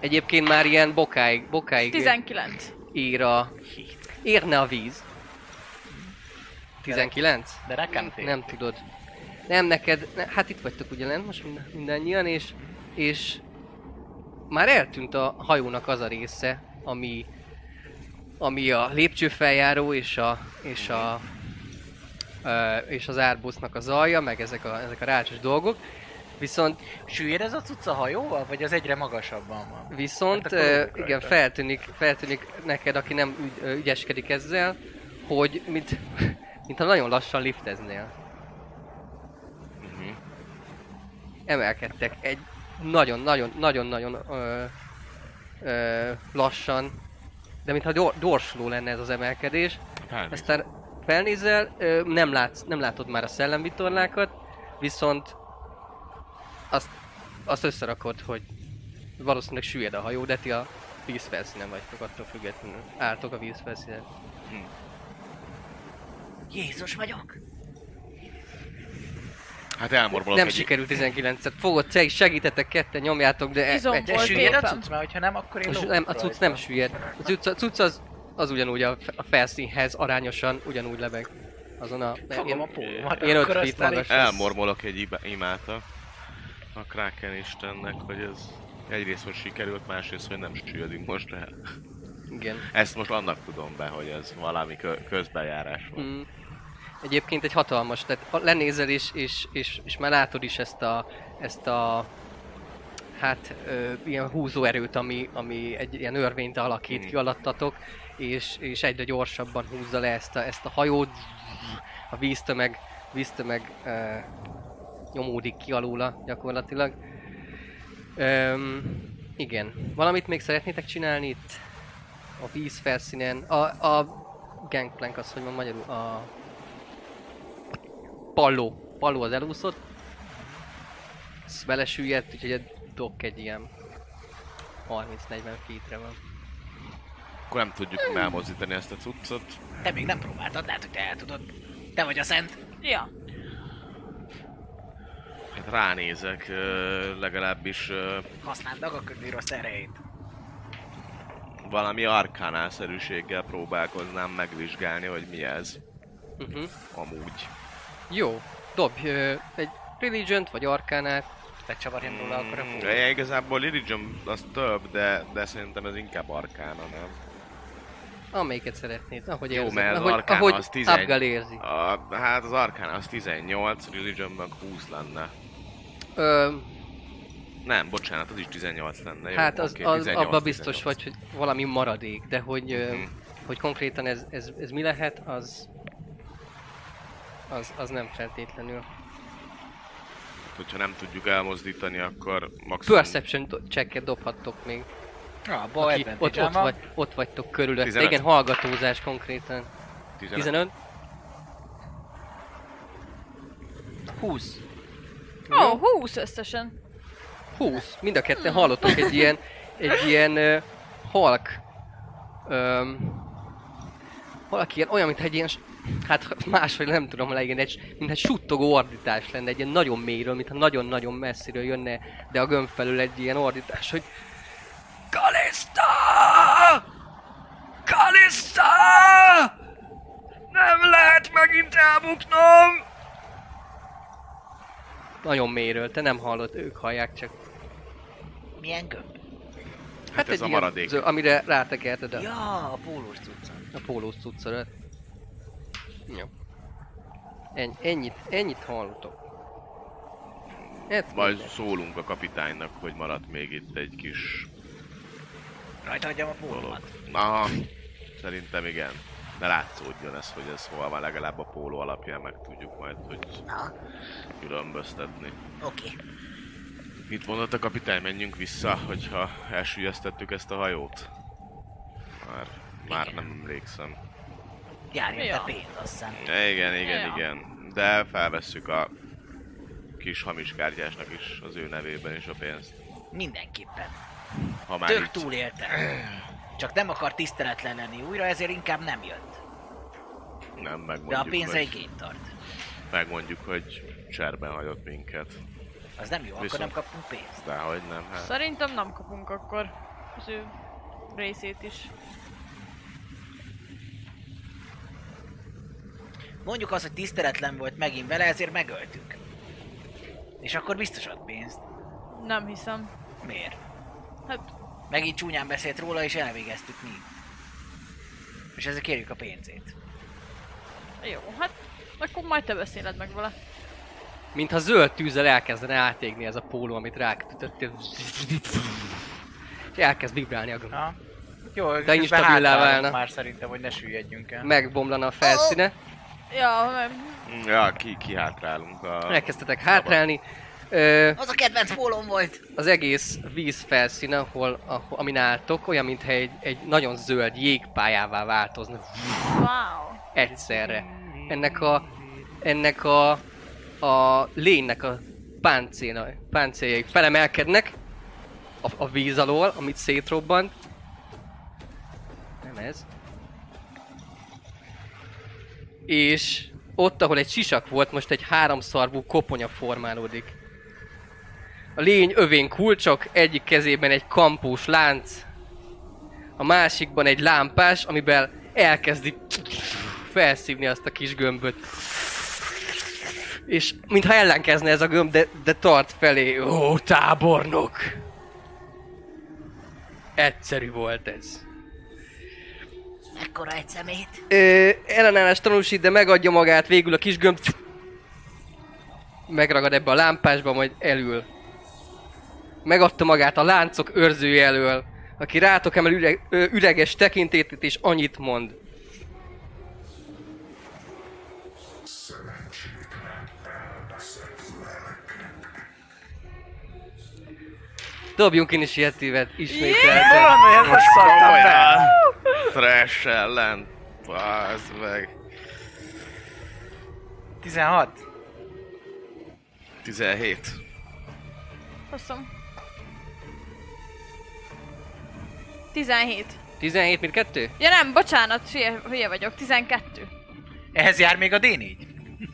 B: Egyébként már ilyen bokáig, bokáig
D: 19.
B: ír a... Érne a víz. 19?
E: De nekem tér.
B: Nem tudod. Nem neked, ne, hát itt vagytok ugye lent most mind, mindannyian, és, és már eltűnt a hajónak az a része, ami, ami a lépcsőfeljáró és a, és a ö, és az árbusznak a zajja, meg ezek a, ezek a rácsos dolgok. Viszont,
E: Süllyed ez a cucca hajóval, vagy az egyre magasabban van?
B: viszont
E: Hát akkor
B: ö,
E: rajta.
B: igen, feltűnik, feltűnik neked, aki nem ügy, ö, ügyeskedik ezzel, hogy mint, mintha nagyon lassan lifteznél.
C: Mhm.
B: emelkedtek egy nagyon-nagyon-nagyon-nagyon ö, ö, lassan, de mintha gyor- gyorsuló lenne ez az emelkedés.
C: Felnézek.
B: Aztán felnézel, ö, nem, látsz, nem látod már a szellemvitorlákat, viszont azt, azt összerakod, hogy valószínűleg süllyed a hajó, de ti a vízfelszínen vagytok, attól függetlenül. Álltok a vízfelszínen.
H: Jézus vagyok.
C: Hát elmorbolok
B: Nem
C: egy-
B: sikerült 19-et. Fogod, te is segítetek, ketten nyomjátok, de
D: Izom
B: egy,
E: De
D: Volt
E: süllyed a
D: éppen.
E: cucc, mert hogyha nem, akkor én
B: És
E: lógok
B: nem, a cucc
E: rajta.
B: nem süllyed. A cucc, a cucc az, az ugyanúgy a, fe- a felszínhez arányosan ugyanúgy lebeg. Azon a...
E: Fogom a pólómat,
B: Én öt
E: akkor
B: feet
E: aztán
B: magas.
E: így-
C: Elmormolok egy iba- imát a, a Kraken Istennek, hogy ez egyrészt, hogy sikerült, másrészt, hogy nem süllyedünk most el.
B: Igen.
C: Ezt most annak tudom be, hogy ez valami kö- közbejárás volt.
B: Mm. Egyébként egy hatalmas, tehát ha lenézel és, és, és, és már látod is ezt a, ezt a hát ö, ilyen húzóerőt, ami, ami egy ilyen örvényt alakít ki alattatok, és, és egyre gyorsabban húzza le ezt a, ezt a hajót, a víztömeg, víztömeg ö, nyomódik ki alóla gyakorlatilag. Öm, igen. Valamit még szeretnétek csinálni itt? A víz felszínen. A, a gangplank az, hogy van magyarul? A... Palló. Palló az elúszott. Ez belesüllyedt, úgyhogy dobk egy ilyen 30-40 feetre van.
C: Akkor nem tudjuk elmozdítani ezt a cuccot.
H: Te még nem próbáltad, lehet, hogy te el tudod. Te vagy a szent.
D: Ja.
C: Hát ránézek, ö, legalábbis ö,
E: Használd meg a ködvírosz erejét.
C: valami arkánálszerűséggel próbálkoznám megvizsgálni, hogy mi ez Mhm.
B: Uh-huh.
C: amúgy.
B: Jó. Dobj ö, egy religion vagy arkánát.
E: Becsavarjam
B: Mm.
E: róla akkor
C: Mm,
E: a pólót.
C: Ja, igazából Iridium az több, de, de szerintem ez inkább arkána,
B: Mm.
C: nem?
B: Amelyiket szeretnéd, ahogy
C: Jó,
B: érzed.
C: mert az
B: ahogy,
C: arkána
B: ahogy
C: az 11.
B: Abgal érzi.
C: A, hát az arkána az 18, Iridium meg 20 lenne.
B: Ö,
C: Nem, bocsánat, az is 18 lenne. Jó,
B: hát az,
C: oké,
B: az
C: 18,
B: abban biztos
C: 18.
B: vagy, hogy valami maradék, de hogy, ö,
C: Mhm.
B: hogy konkrétan ez, ez, ez mi lehet, az, az, az nem feltétlenül.
C: Hogyha nem tudjuk elmozdítani, akkor maximum
B: Perception do- checket dobhattok még.
E: Ja, bal
B: Aki, ott, ott, vagy,
E: advantage
B: ott vagytok körülötte.
C: 15.
B: Igen, hallgatózás konkrétan.
C: 15.
B: 15?
E: 20.
D: Ó, oh, 20 összesen.
B: 20. Mind a ketten hallottok egy ilyen, egy ilyen ö, halk. Öm, valaki ilyen, olyan, mint egy ilyen, s- hát máshogy nem tudom leírni, egy, mint egy suttogó ordítás lenne, egy ilyen nagyon mélyről, mintha nagyon-nagyon messziről jönne, de a gömb felül egy ilyen ordítás, hogy Kalista!
F: Kalista!
B: Kalista!
F: Nem lehet megint elbuknom!
B: Nagyon mélyről, te nem hallod, ők hallják csak.
H: Milyen gömb?
C: Hát, ez a
B: ilyen
C: maradék.
B: zö- amire rátekerted a,
H: Ja, a pólós cuccom.
B: a pólós cuccodat. Jó. En, ennyit, ennyit hallotok. Ez
C: Majd
B: minden.
C: szólunk a kapitánynak, hogy maradt még itt egy kis
H: Rajta hagyjam a
C: dolog.
H: pólómat.
C: Aha, szerintem igen. Ne látszódjon ez, hogy ez hol van, legalább a póló alapján meg tudjuk majd, hogy
H: Na,
C: különböztetni.
H: oké.
C: Mit mondott a kapitány, menjünk vissza, hogyha elsüllyesztettük ezt a hajót? Már, már nem emlékszem.
H: Járjon
D: Ja.
H: be pénz, azt hiszem.
C: Igen, igen,
D: Ja.
C: igen. De felvesszük a kis hamis kártyásnak is az ő nevében is a pénzt.
H: Mindenképpen.
C: Ha már
H: Tök
C: így,
H: túlélte. Csak nem akar tiszteletlen lenni újra, ezért inkább nem jött.
C: nem megmondjuk,
H: De a pénze
C: hogy-
H: igényt tart.
C: megmondjuk, hogy cserben hagyott minket.
H: Az nem jó, akkor
C: Viszont-
H: nem kapunk pénzt.
C: Dehogy nem, hát.
D: Szerintem nem kapunk akkor az ő részét is.
H: Mondjuk az, hogy tiszteletlen volt megint vele, ezért megöltük. És akkor biztos ad pénzt.
D: Nem hiszem.
H: Miért?
D: Hát,
H: Megint csúnyán beszélt róla, és elvégeztük mi. És ezért kérjük a pénzét.
D: jó, hát akkor majd te beszéled meg vele.
B: Mintha zöld tűzzel elkezdene átégni ez a póló, amit rákötöttél. És elkezd vibrálni a gömb.
E: Na. Jó,
B: De
E: de
B: így
E: is
B: stabilá válna.
E: válna. Már szerintem, hogy ne süllyedjünk el.
B: Megbomlana a felszíne.
D: Ja, nem.
C: Ja, ki, kihátrálunk a...
B: Elkezdtetek hátrálni. Ö,
H: Az a kedvenc pólom volt!
B: az egész víz felszíne, ahol, ahol, amin álltok, olyan, mintha egy, egy nagyon zöld jégpályává változna
D: wow.
B: egyszerre. Ennek a, ennek a, a lénynek a páncéna, páncéljai felemelkednek a, a víz alól, amit szétrobbant. Nem ez. És ott, ahol egy sisak volt, most egy háromszarvú koponya formálódik. A lény övén kulcsok, egyik kezében egy kampós lánc, a másikban egy lámpás, amiben elkezdi felszívni azt a kis gömböt. És mintha ellenkezne ez a gömb, de, de tart felé. Ó, tábornok! Egyszerű volt ez.
H: Ekkora egy szemét.
B: Ö, ellenállás tanúsít, de megadja magát végül a kis gömb. Megragad ebbe a lámpásba, majd elül. Megadta magát a láncok őrzője elől, aki rátok emel üreg, ö, üreges tekintétét és annyit mond. Dobjunk initiatívet ismételten.
E: Valamiért most szartam
C: Komolyan!
E: fel.
C: Thrash ellen! Bazd meg!
E: 16.
C: 17.
D: Hosszom. 17.
B: 17 mindkettő?
D: Ja nem, bocsánat, hülye, hülye vagyok. 12.
E: Ehhez jár még a D4?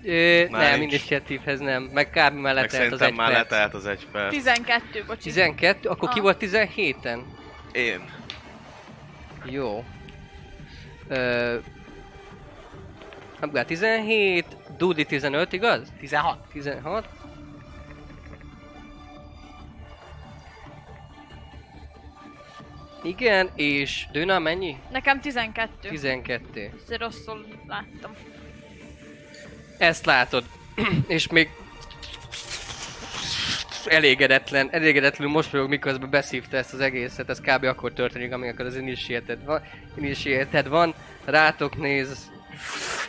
B: Ö,
C: Már
B: nem,
C: nincs.
B: initiyatívhez nem, meg kb. már
C: Meg
B: letelt az
C: szerintem
B: egy
C: már
B: perc.
C: letelt az egy perc.
D: 12, bocsi.
B: 12, akkor ki
D: Ah.
B: volt 17-en?
C: Én.
B: Jó. Ö, Abgál 17, Dudi 15, igaz?
E: 16.
B: 16. Igen, és Dőna mennyi?
D: Nekem 12.
B: 12.
D: Ezért rosszul láttam.
B: Ezt látod. És még elégedetlen, elégedetlenül mosolyog, miközben beszívta ezt az egészet, ez kb. akkor történik, amikor az initiated van, initiated van, rátok néz,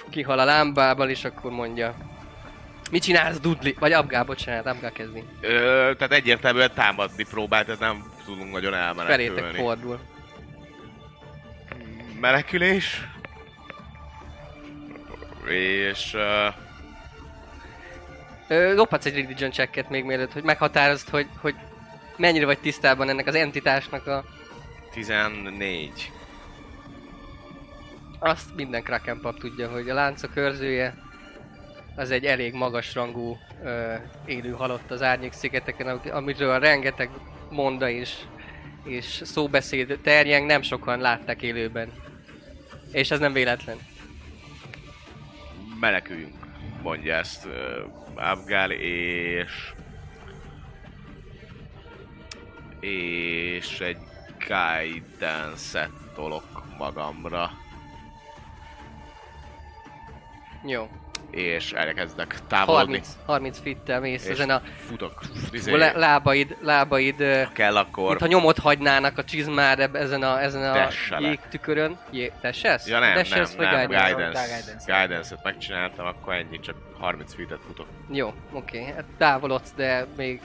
B: kihal a lámbából, és akkor mondja. Mit csinálsz, Dudli? Vagy Abgá, bocsánat, Abgá kezdi.
C: Ö, tehát egyértelműen támadni próbált, tehát nem tudunk nagyon
B: Felétek
C: elmenekülni.
B: fordul.
C: Menekülés? És... Uh,
B: Ö, Lophatsz egy religion checket még mielőtt, hogy meghatározd, hogy, hogy mennyire vagy tisztában ennek az entitásnak a...
C: 14.
B: Azt minden Kraken pap tudja, hogy a láncok őrzője az egy elég magas rangú ö, élő halott az árnyék szigeteken, am- amiről rengeteg monda és, és szóbeszéd terjeng, nem sokan látták élőben. És ez nem véletlen.
C: meneküljünk, mondja ezt uh, Abgál, és... És egy guidance-et tolok magamra,
B: Jó.
C: és elkezdek távolodni.
B: 30, 30 fittel mész
C: és
B: ezen a
C: futok, izé,
B: le, lábaid, lábaid ö,
C: kell akkor...
B: Mintha nyomot hagynának a csizmád ezen a, ezen a
C: Tesselek.
B: jégtükörön. Jé, tesselsz?
C: Ja nem, nem,
B: Tesselsz, vagy
C: nem,
B: guidance?
C: guidance.
E: Guidance.
C: Guidance-et megcsináltam, akkor ennyi, csak 30 feet-et futok.
B: Jó, oké. Hát távolodsz, de még...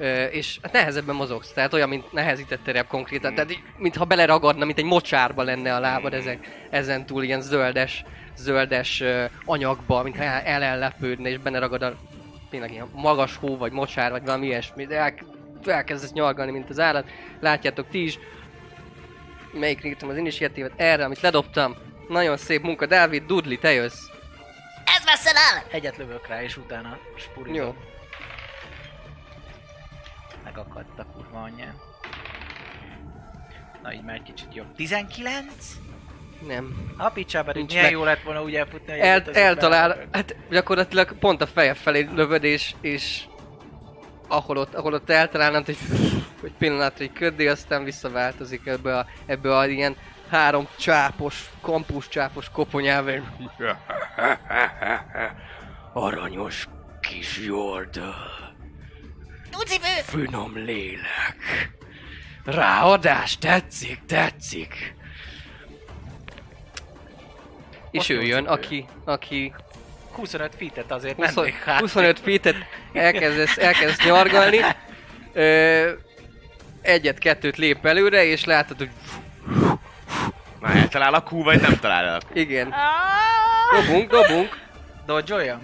B: Ö, és hát nehezebben mozogsz, tehát olyan, mint nehezített terep konkrétan. Tehát így, mintha beleragadna, mint egy mocsárba lenne a lábad ezek, ezen túl ilyen zöldes, zöldes ö, anyagba, mintha el- elellepődne, és benne ragad a tényleg ilyen magas hó, vagy mocsár, vagy valami ilyesmi, de el, elkezdesz nyargalni, mint az állat. Látjátok ti is, melyik írtam az initiatívet, erre, amit ledobtam. Nagyon szép munka, Dávid, Dudli, te jössz.
H: Ez veszel el! Egyet lövök rá, és utána spurizom.
B: Jó.
E: Megakadt a kurva anyján. Na így már egy kicsit jobb. 19?
B: Nem,
E: A picsába,
B: Nincs
E: milyen
B: meg.
E: jó lett volna úgy elfutni, hogy
B: El,
E: együtt az
B: eltalál,
E: ember.
B: hát gyakorlatilag pont a feje felé lövöd, és, és ahol ott, ahol ott eltalálnád, hogy egy pillanatra egy köddé, aztán visszaváltozik ebbe a, ebbe a ilyen három csápos, kampus csápos koponyába. és
F: Aranyos kis Jorda. Finom lélek. Ráadás, tetszik, tetszik.
B: És ő jön, aki, aki
E: 25 fitet azért 20,
B: 20,
E: mennék hát.
B: 25 feet-et elkezdesz, elkezd nyargalni. Ö, egyet-kettőt lép előre, és látod, hogy
C: Na, eltalál a Q, vagy nem talál el a Q?
B: igen,
D: Ah!
B: dobunk, dobunk.
E: Dodge-oljam?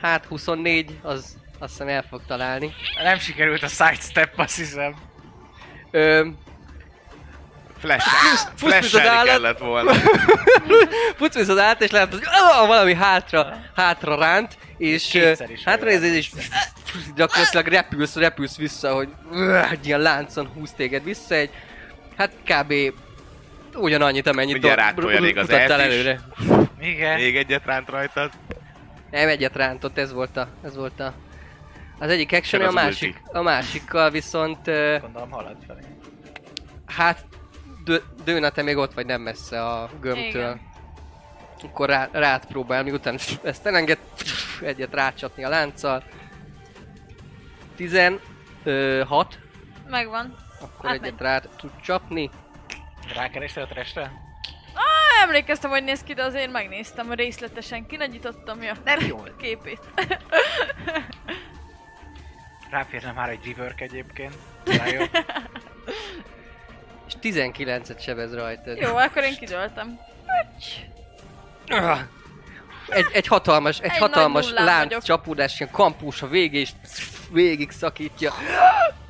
B: Hát 24, az azt hiszem el fog találni.
E: Nem sikerült a sidestep, azt hiszem.
B: Ö,
C: Flash-el-
B: fusz, mint az
C: Flash-elni
B: állat.
C: kellett volna.
B: pucvizod át, és látod, hogy ah, valami hátra, hátra ránt, és ö,
E: Kétszer is
B: hátra nézed, és gyakorlatilag repülsz, repülsz vissza, hogy öh, egy ilyen láncon húz téged vissza, egy, hát kb. ugyanannyit, amennyit
C: Ugye
B: dob-
C: rátolja még az
B: futottál
C: elt is.
B: előre.
E: Igen.
C: Még egyet ránt rajtad.
B: Nem egyet rántott, ez volt a, ez volt a, az egyik action,
C: Meg
B: a
C: az
B: másik, a másikkal viszont ö,
E: Gondolom halad felé.
B: Hát, dö- Dőna, te még ott vagy nem messze a gömbtől.
D: Igen.
B: Akkor rá, rád próbál, miután ezt elenged, egyet rácsapni a lánccal. 16,
D: Megvan.
B: akkor
D: Hát
B: egyet
D: megy.
B: rád tud csapni.
E: Rákerested a trestre?
D: Ah, emlékeztem, hogy néz ki, de azért megnéztem részletesen, kinagyítottam ja.
E: Nem jól.
D: képét.
E: Ráférne már egy rework egyébként. Na jó.
B: És 19-et sebez rajtad.
D: Jó, akkor én kidöltem.
B: Ah. Egy, egy hatalmas, egy,
D: Egy
B: hatalmas
D: nagy nullán
B: lánc
D: vagyok.
B: csapódás, ilyen kampús a végé, és végig szakítja.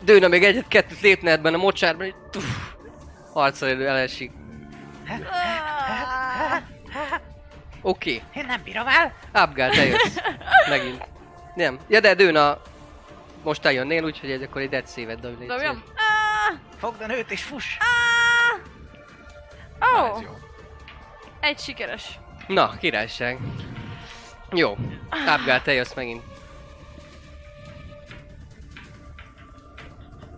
B: Dőna még egyet-kettőt lépne ebben a mocsárban, és tuff, arccal elő elesik. Hát,
D: Ah,
B: Oké, okay.
E: Én nem bírom el.
B: Abgál, te jössz. Megint. Nem. Ja, de Dőna most eljönnél, úgyhogy egy akkor egy dead szévet dobj légy
D: Dobjam?
B: szíves. hát,
D: Ah,
E: Fogd a nőt és fuss.
D: Ó,
B: Hát,
E: Na, ez
D: oh,
E: jó.
D: egy sikeres.
B: Na, királyság. Jó. Abgál, te jössz megint.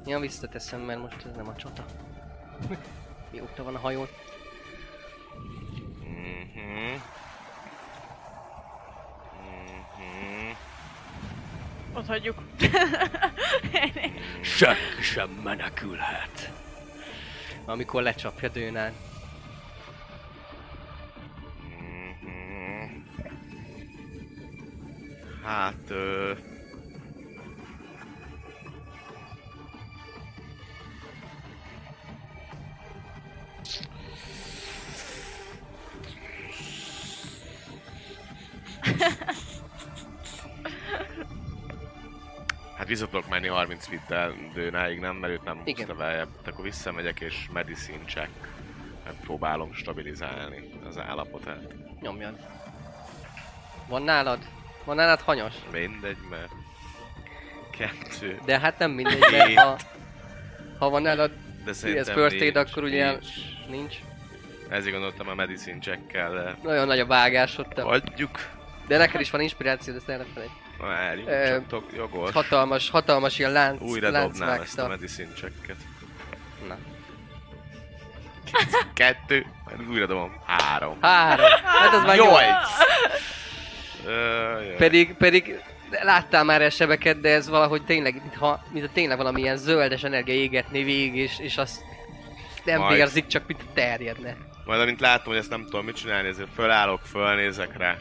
B: Ja, visszateszem, mert most ez nem a csata. Mióta van a hajón?
C: Mhm. Mhm.
D: Ott hagyjuk.
F: Senki sem menekülhet.
B: Amikor lecsapja Dőnán.
C: Mhm. Hát... Ö... Hát vissza tudok menni 30 fittel dőnáig, nem? Mert őt nem
B: Igen.
C: húzta beljebb. Akkor visszamegyek és medicine check. Próbálom stabilizálni az állapotát.
B: Nyomjad. Van nálad? Van nálad hanyas?
C: Mindegy, mert... Kettő.
B: De hát nem mindegy, mert ha, ha van nálad
C: De
B: Mi ez
C: szerintem
B: first aid,
C: nincs,
B: akkor ugye
C: nincs.
B: nincs.
C: Ezért gondoltam a medicine check-kel, de
B: Nagyon nagy a vágás ott. a-
C: hagyjuk.
B: De neked is van inspiráció, de ezt elfelejt.
C: Várjunk,
B: Ö,
C: csak tok- jogos.
B: Hatalmas, hatalmas ilyen lánc,
C: Újra dobnám ezt a
B: láncvágta.
C: medicine check-et.
B: Na.
C: Kettő, majd újra dobom. Három.
B: Három. Hát az már nyolc.
C: Ö, jaj.
B: Pedig, pedig láttál már ilyen sebeket, de ez valahogy tényleg, mintha, mintha tényleg valamilyen zöldes energia égetné végig, és, és azt nem
C: Majd.
B: vérzik, csak mint terjedne.
C: Majd amint látom, hogy ezt nem tudom mit csinálni, ezért fölállok, fölnézek rá.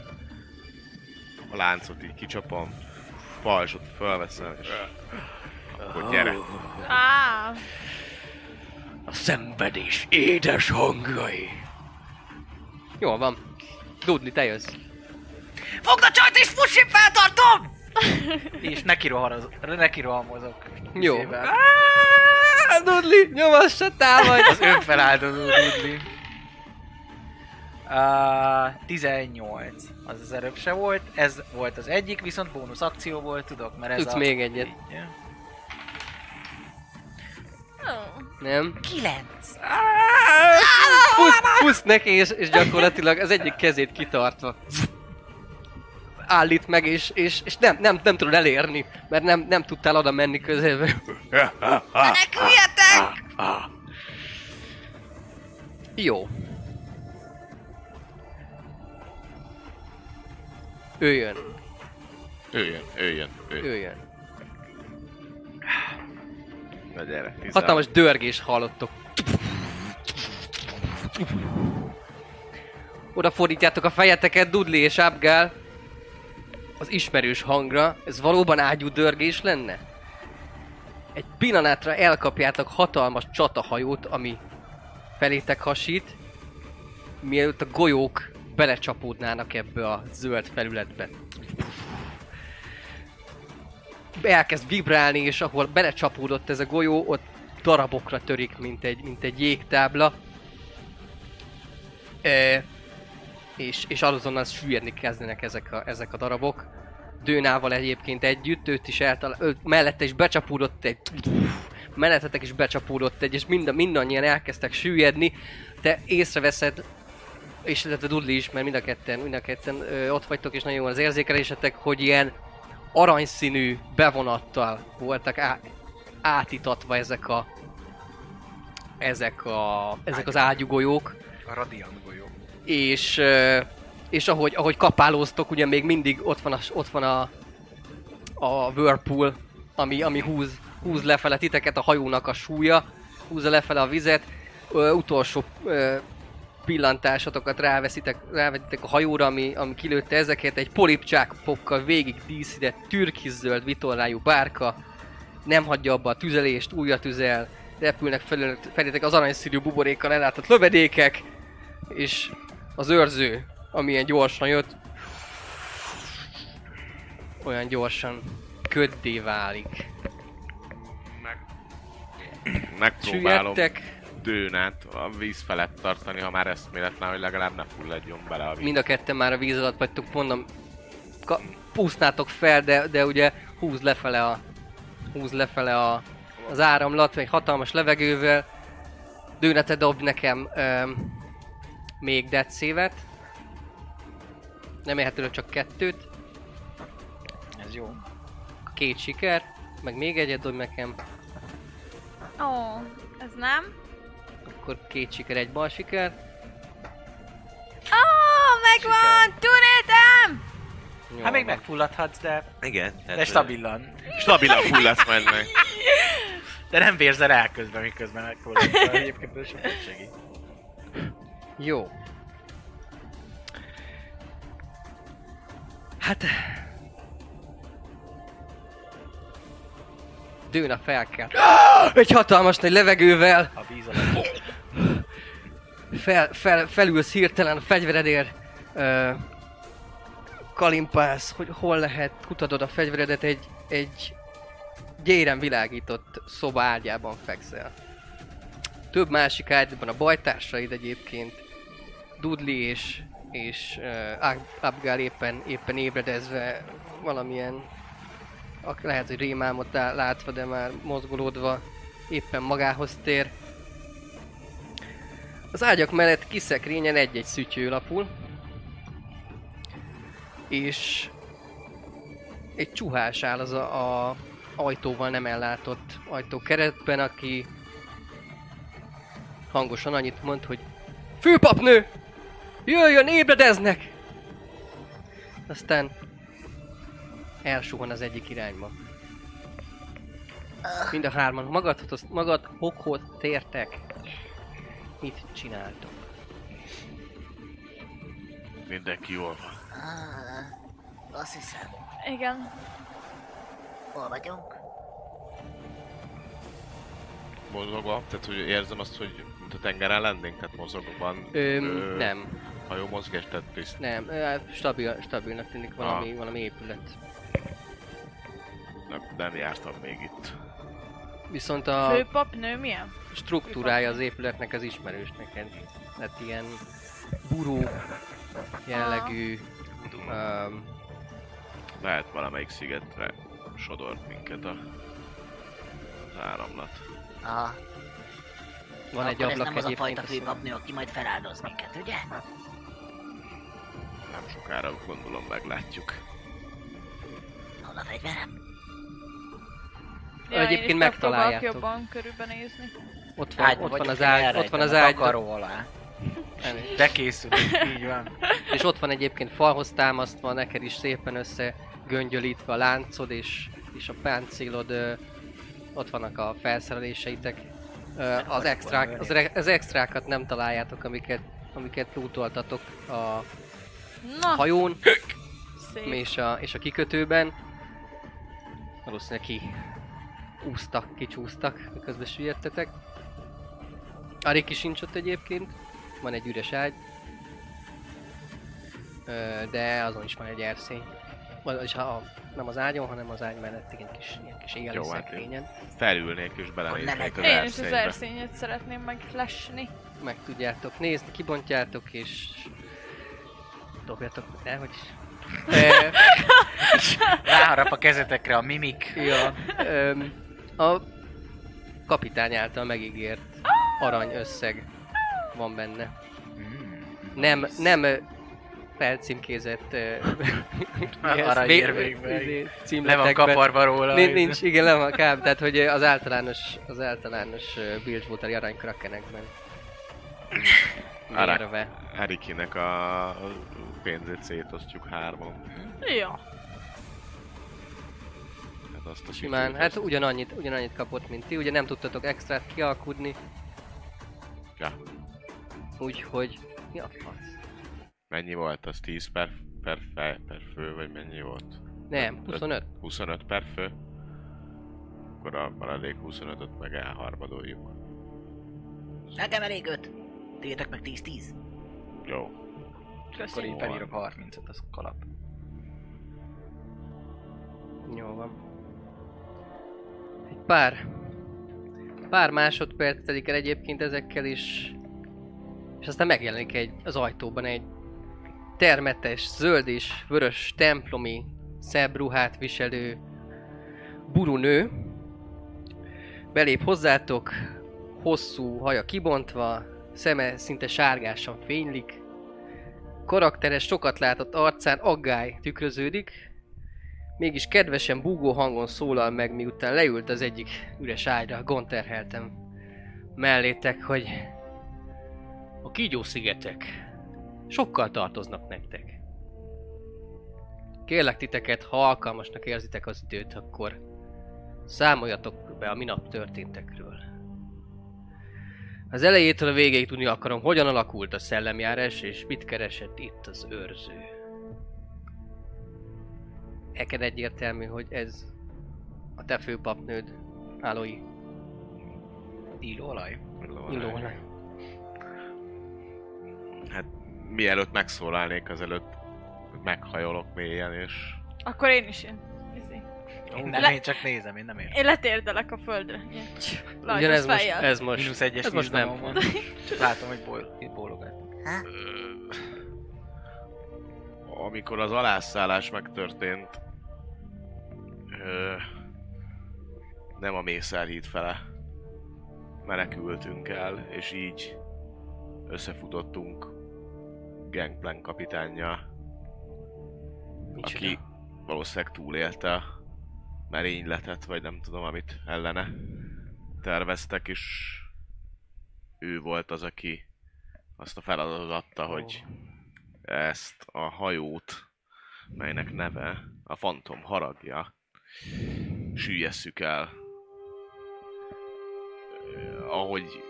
C: A láncot így kicsapom. Falsot fölveszem, és... Akkor gyere.
D: Á,
F: A szenvedés édes hangai.
B: Jól van. Dudli, te jössz.
H: Fogd a csajt és fuss, én feltartom!
E: És neki, rohar, neki rohamozok.
B: Jó.
E: Izével.
B: Áááá, Dudli, nyomass, se támadj!
E: Az önfeláldozó Dudley. Uh, 18. Az az előbb se volt. Ez volt az egyik, viszont bónusz akció volt, tudok, mert ez
B: Tudsz
E: a...
B: még egyet.
E: Így.
D: ó,
B: Nem?
H: Kilenc.
B: Pusz, pusz neki, és, és gyakorlatilag az egyik kezét kitartva állít meg, és, és, és nem, nem, nem tudod elérni, mert nem, nem tudtál oda menni közelbe.
D: meneküljetek!
B: Jó. Ő jön,
C: Ő jön, ő jön, ő jön.
B: ő jön.
C: Na gyere. 16.
B: Hatalmas dörgés hallottok. Oda fordítjátok a fejeteket, Dudley és Abgál. Az ismerős hangra, ez valóban ágyú dörgés lenne? Egy pillanatra elkapjátok hatalmas csatahajót, ami felétek hasít, mielőtt a golyók belecsapódnának ebbe a zöld felületbe. elkezd vibrálni, és ahol belecsapódott ez a golyó, ott darabokra törik, mint egy, mint egy jégtábla. E, és, és azonnal süllyedni kezdenek ezek a, ezek a darabok. Dőnával egyébként együtt, őt is eltalál, őt mellette is becsapódott egy... Mellettetek is becsapódott egy, és mind, mindannyian elkezdtek süllyedni. Te észreveszed, és illetve Dudley is, mert mind a ketten, mind a ketten ö, ott vagytok, és nagyon jó az érzékelésetek, hogy ilyen aranyszínű bevonattal voltak á- átitatva ezek a ezek a ezek az ágyugolyók
E: A radiant golyó.
B: és, ö, és ahogy, ahogy kapálóztok, ugye még mindig ott van a, ott van a, a whirlpool, ami, ami húz, húz lefele titeket, a hajónak a súlya, húzza lefele a vizet, ö, utolsó ö, pillantásotokat ráveszitek, rávetitek a hajóra, ami, ami kilőtte ezeket, egy polipcsákpokkal végig díszített türkiszöld vitorlájú bárka, nem hagyja abba a tüzelést, újra tüzel, repülnek felül- felétek az aranyszínű buborékkal ellátott lövedékek, és az őrző, amilyen gyorsan jött, olyan gyorsan köddé válik.
C: Megpróbálom
B: Süllyedtek,
C: dőnát a víz felett tartani, ha már eszméletlen, hogy legalább ne fulladjon bele a víz.
B: mind a ketten már a víz alatt vagytok, mondom, ka- pusznátok fel, de, de ugye húz lefele a, húz lefele a, az áramlat, egy hatalmas levegővel. Dőne, te dob nekem öm, még death save-et. Nem érhetőleg csak kettőt.
E: Ez jó.
B: Két siker, meg még egyet dob nekem.
D: Ó, ez nem.
B: Akkor két siker, egy bal siker.
D: Ó, megvan! Túléltem!
B: Jó,
E: Hát még
B: van.
E: megfulladhatsz, de,
G: Igen. Tehát,
E: de stabilan.
C: Stabilan fulladt majd meg.
E: De nem vérzel el közben, miközben megfulladsz. Egyébként ez sokat segít.
B: Jó. Hát... Dőna felkel. Egy hatalmas nagy levegővel
E: A víz alatt.
B: fel, fel, felülsz hirtelen a fegyveredért. Ö, kalimpálsz, hogy hol lehet, kutatod a fegyveredet, egy, egy gyéren világított szoba ágyában fekszel. Több másik ágyban a bajtársaid egyébként, Dudley és, és uh, Abgál éppen, éppen ébredezve valamilyen, ak- lehet, hogy rémálmot lá- látva, de már mozgolódva éppen magához tér. Az ágyak mellett kiszekrényen egy-egy szütyő lapul. És egy csuhás áll az a, a ajtóval nem ellátott ajtókeretben, aki hangosan annyit mond, hogy Főpapnő! Jöjjön, ébredeznek! Aztán elsuhan az egyik irányba. Mind a hárman magathoz, magatokhoz tértek. Mit csináltok?
C: Mindenki jól van.
H: Ah, azt hiszem,
D: Igen.
H: hol vagyunk?
C: Mozogva, tehát hogy érzem azt, hogy mint a tengeren lennénk, tehát mozogóban.
B: Öm, nem.
C: Hajó mozgás, tehát tiszt.
B: Nem, ö, hát stabil, stabilnak tűnik valami, valami épület.
C: Nem, nem jártam még itt.
B: Viszont a
D: Főpapnő milyen?
B: struktúrája az épületnek az ismerős neked. Tehát ilyen buró jellegű
H: Ah.
B: um,
C: Lehet valamelyik szigetre sodort minket a, az áramlat.
H: Aha,
B: Van egy
H: akkor ez nem
B: ablak
H: az a
B: egyébként.
H: fajta
B: azt hiszem.
H: főpapnő, aki majd feláldoz minket, ugye?
C: Nem sokára gondolom meglátjuk.
H: Hol a fegyverem?
D: Ja, én is
B: Egyébként
D: megpróbálok
B: megtaláljátok.
D: jobban körülbenézni.
B: Ott van, ott van az ágy, ott van az ágy.
E: Akaró alá.
B: Elnézést.
E: De készülünk, így van.
B: És ott van egyébként falhoz támasztva, neked is szépen össze göngyölítve a láncod és, és a páncélod, ö, ott vannak a felszereléseitek. Ö, az, extrák, az, re- az extrákat nem találjátok, amiket, amiket lootoltatok a
D: Na,
B: hajón
D: szép.
B: és a, és a kikötőben. Valószínűleg ki úsztak, kicsúsztak, miközben süllyedtetek. A Riki sincs ott egyébként, van egy üres ágy. Ö, de azon is van egy erszény. Vagyis ha nem az ágyon, hanem az ágy mellett egy kis, ilyen kis élelmi
C: Jó, hát
B: szekrényen.
C: Felülnék és belenéznék az
D: Én is az
C: erszénybe.
D: erszényet szeretném meglesni.
B: Meg tudjátok nézni, kibontjátok és... Dobjatok el, hogy... Ö,
E: Ráharap a kezetekre a mimik.
B: Ja, öm, a kapitány által megígért arany összeg van benne.
E: Mm,
B: Nem, nem ö, felcímkézett ö, ilyen
E: Arany
B: vé-
E: érmékben.
B: izé,
E: Le van
B: címletekben.
E: kaparva róla.
B: Nincs, nincs, igen, le van káp, tehát hogy ö, az általános, az általános ö, Bilgewater-i arany krakenekben.
C: Arany.
B: Mérve.
C: Erikinek a pénzét szétosztjuk hárman.
D: Ja.
C: Hát azt a
B: Simán,
C: kitűnt
B: hát
C: ezt.
B: ugyanannyit, ugyanannyit kapott, mint ti, ugye nem tudtatok extrát kialkudni,
C: Ja.
B: úgyhogy... Mi a fasz?
C: Mennyi volt az? 10 per, per, fej, per fő, vagy mennyi volt?
B: Nem, 25.
C: 25 per fő. Akkor a maradék 25-öt meg elharmadoljuk.
H: Nekem elég öt. Tiétek meg 10-10.
C: Jó.
E: Akkor így felírok 30-at, az kalap.
B: Jó van. Egy pár... Pár másodperc telik el egyébként ezekkel is. És aztán megjelenik egy, az ajtóban egy termetes, zöld és vörös templomi szebb ruhát viselő burunő. Belép hozzátok, hosszú haja kibontva, szeme szinte sárgásan fénylik. Karakteres, sokat látott arcán aggály tükröződik, Mégis kedvesen búgó hangon szólal meg, miután leült az egyik üres ágyra, gonterheltem mellétek, hogy a kígyószigetek sokkal tartoznak nektek. Kérlek titeket, ha alkalmasnak érzitek az időt, akkor számoljatok be a minap történtekről. Az elejétől a végéig tudni akarom, hogyan alakult a szellemjárás, és mit keresett itt az őrző neked egyértelmű, hogy ez a te főpapnőd, Álói
E: Illóolaj.
B: Illóolaj.
C: Hát mielőtt megszólalnék, azelőtt meghajolok mélyen, és
D: Akkor én is én. izé.
E: Én nem,
D: Le-
E: én csak nézem, én nem értem.
D: Én letérdelek a földre. Ilyen Lajtos
B: Ugyanez most,
D: fejjel.
B: ez most,
E: Mínusz egyes
B: ez most nem.
E: izgalmam Van. Látom, hogy bol- itt bólogat.
C: amikor az alászállás megtörtént, ö, nem a Mészárhíd fele menekültünk el, és így összefutottunk Gangplank kapitánnyal,
B: Micsoda?
C: aki valószínűleg túlélte a merényletet, vagy nem tudom, amit ellene terveztek, és ő volt az, aki azt a feladatot adta, hogy ezt a hajót, melynek neve a Fantom haragja, süllyeszük el. Ö, Ahogy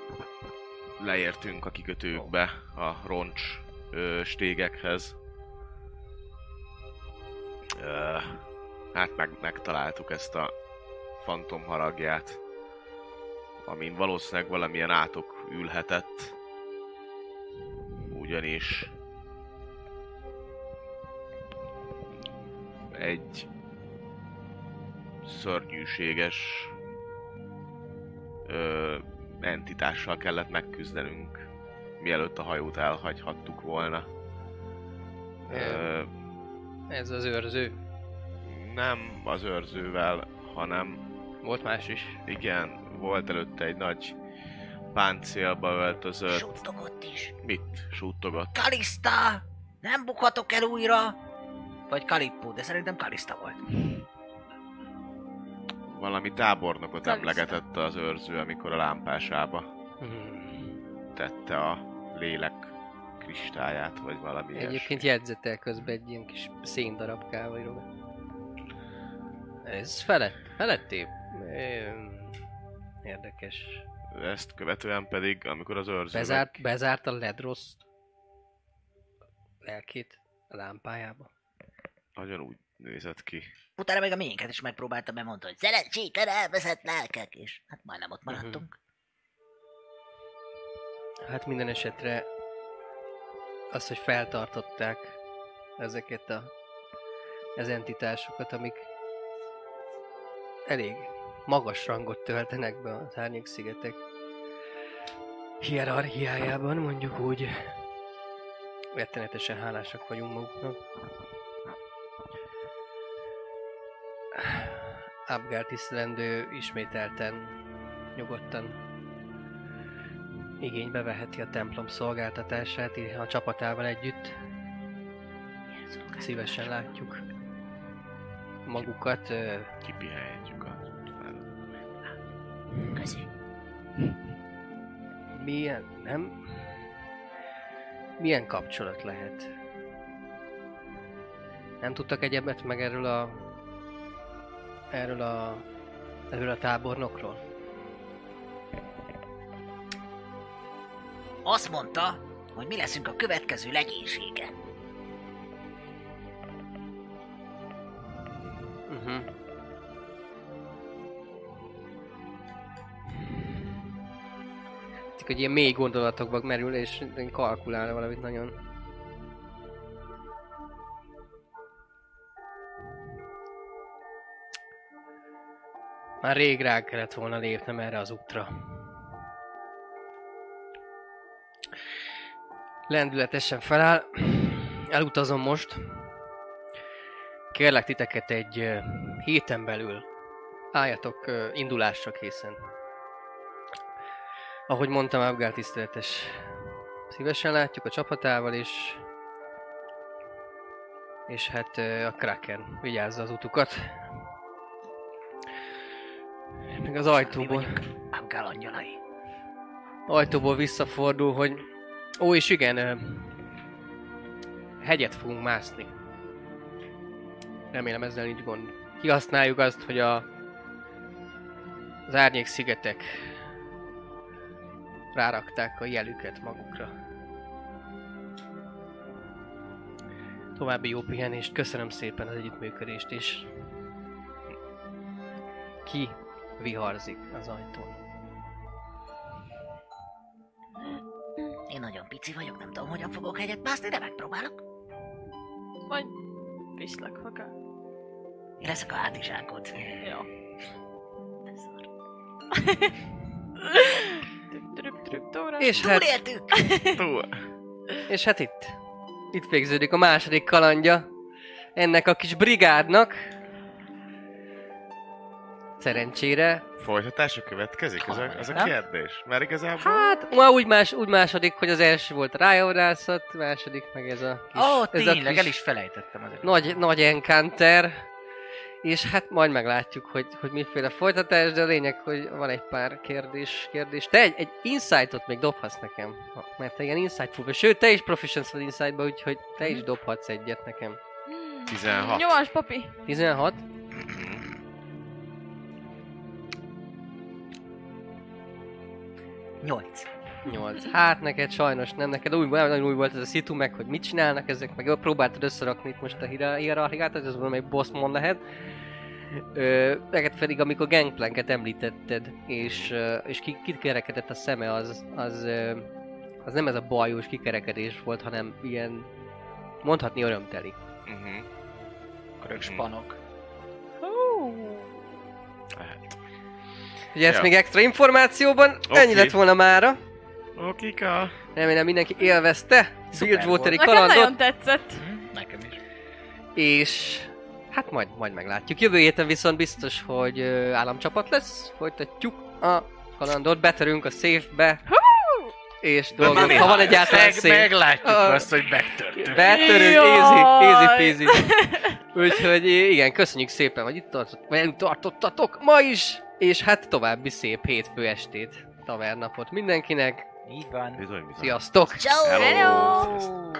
C: leértünk a kikötőkbe, a roncs ö, stégekhez, ö, hát meg, megtaláltuk ezt a fantom haragját, amin valószínűleg valamilyen átok ülhetett, ugyanis egy szörnyűséges ö, entitással kellett megküzdenünk, mielőtt a hajót elhagyhattuk volna. Ö,
B: Ez az őrző.
C: nem az őrzővel, hanem
B: Volt más is.
C: igen, volt előtte egy nagy páncélba öltözött.
H: Suttogott is.
C: Mit suttogott?
H: Kaliszta! Nem bukhatok el újra! Vagy Kalippó, de szerintem Kaliszta volt.
C: Valami tábornokot
D: Kaliszta.
C: emlegetett az őrző, amikor a lámpásába
B: Hmm.
C: tette a lélek kristályát, vagy valami
B: Egyébként jegyzetel közben egy ilyen kis széndarabkával írok. Ez felett, feletté. Öm, Érdekes.
C: ilyesmi. Ezt követően pedig, amikor az őrző meg-
B: Bezárt, bezárt a ledrossz lelkét a lámpájába.
C: nagyon úgy nézett ki.
H: Utána meg a miénket is megpróbálta bemondani, hogy szerencsétlen elveszett lelkek, és hát majdnem ott maradtunk.
B: Hát minden esetre az, hogy feltartották ezeket a az entitásokat, amik elég magas rangot töltenek be az árnyék szigetek hierarchiájában, mondjuk úgy. Rettenetesen hálásak vagyunk maguknak. Abgár tisztelendő ismételten, nyugodtan igénybe veheti a templom szolgáltatását így a csapatával együtt. Szívesen látjuk magukat. ö,
C: Kipihenjük a
H: Köszi.
B: Milyen, nem? Milyen kapcsolat lehet? Nem tudtak egyebet meg erről a... Erről a... Erről a tábornokról?
H: Azt mondta, hogy mi leszünk a következő legénysége.
B: Uh-huh. hogy ilyen mély gondolatokba merül, és kalkulál valamit nagyon. Már rég rá kellett volna lépnem erre az útra. Lendületesen feláll. Elutazom most. Kérlek titeket egy ö, héten belül álljatok ö, indulásra készen. Ahogy mondtam, Abgár tiszteletes. Szívesen látjuk a csapatával is. És hát ö, a Kraken vigyázza az utukat. Meg az ajtóból.
H: Abgál angyalai.
B: ajtóból visszafordul, hogy ó, és igen, ö, hegyet fogunk mászni. Remélem ezzel nincs gond. Kihasználjuk azt, hogy a az árnyék szigetek rárakták a jelüket magukra. További jó pihenést, köszönöm szépen az együttműködést, és ki viharzik az ajtón.
H: Én nagyon pici vagyok, nem tudom, hogyan fogok hegyet mászni, de megpróbálok.
D: Majd viszlek, ha kell.
H: Én leszek a hátizsákod.
D: Jó.
H: De szar.
D: Trüpp, trüpp, trüpp, tóra.
B: És hát
H: Túléltük!
C: Túl.
B: És hát itt, itt végződik a második kalandja ennek a kis brigádnak. Szerencsére.
C: Folytatása következik? Ez a, ez a
E: Nem?
C: kérdés. Mert igazából...
B: Hát, ma úgy, más, úgy második, hogy az első volt a rájavrászat, második meg ez a kis...
E: Ó, oh,
B: ez a
E: tényleg,
B: kis
E: el is felejtettem az
B: nagy, nagy encounter. És hát majd meglátjuk, hogy, hogy miféle folytatás, de a lényeg, hogy van egy pár kérdés. kérdés. Te egy, egy insightot még dobhatsz nekem, ha- mert te ilyen insight fúvó. Sőt, te is proficiency vagy insightba, úgyhogy te
E: Mhm.
B: is dobhatsz egyet nekem.
C: 16.
D: Nyomás, papi.
B: 16.
H: Nyolc.
B: 8. Hát neked sajnos nem, neked új, nagyon új volt ez a szitu, meg hogy mit csinálnak ezek, meg próbáltad összerakni itt most a hira- hierarchiát, hogy az valami egy bossmon lehet. Ö, neked pedig, amikor Gangplanket említetted, és, ö, és ki, kikerekedett a szeme, az, az, ö, az nem ez a bajos kikerekedés volt, hanem ilyen mondhatni örömteli.
C: Uh-huh.
E: örök spanok.
B: Ugye ez
C: Ja.
B: még extra információban,
C: Oké.
B: ennyi lett volna mára.
C: Okika.
B: Remélem mindenki élvezte Bilgewater-i
D: Nekem
B: kalandot.
D: nagyon tetszett.
E: Hm? Nekem is.
B: És hát majd, majd meglátjuk. Jövő héten viszont biztos, hogy ö, államcsapat lesz. Folytatjuk a kalandot, betörünk a széfbe. És dolgozunk, ha van egyáltalán
F: Meg,
B: szép.
F: meglátjuk
B: Ö.
F: azt, hogy megtörtünk.
B: Betörünk,
D: Jaj!
B: easy, easy peasy. Úgyhogy igen, köszönjük szépen, hogy itt tartott, vagy itt tartottatok ma is. És hát további szép hétfő estét, tavernapot mindenkinek.
E: Így van.
C: Bizony, bizony.
B: Sziasztok!
D: Hello.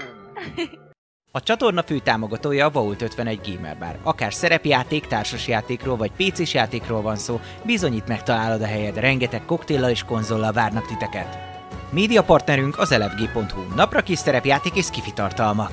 A: A csatorna fő támogatója a Vault 51 Gamer Bar. Akár szerepjáték, társasjátékról vagy pc játékról van szó, bizony itt megtalálod a helyed, rengeteg koktéllal és konzollal várnak titeket. Média partnerünk az elefg.hu, napra kis szerepjáték és kifitartalmak.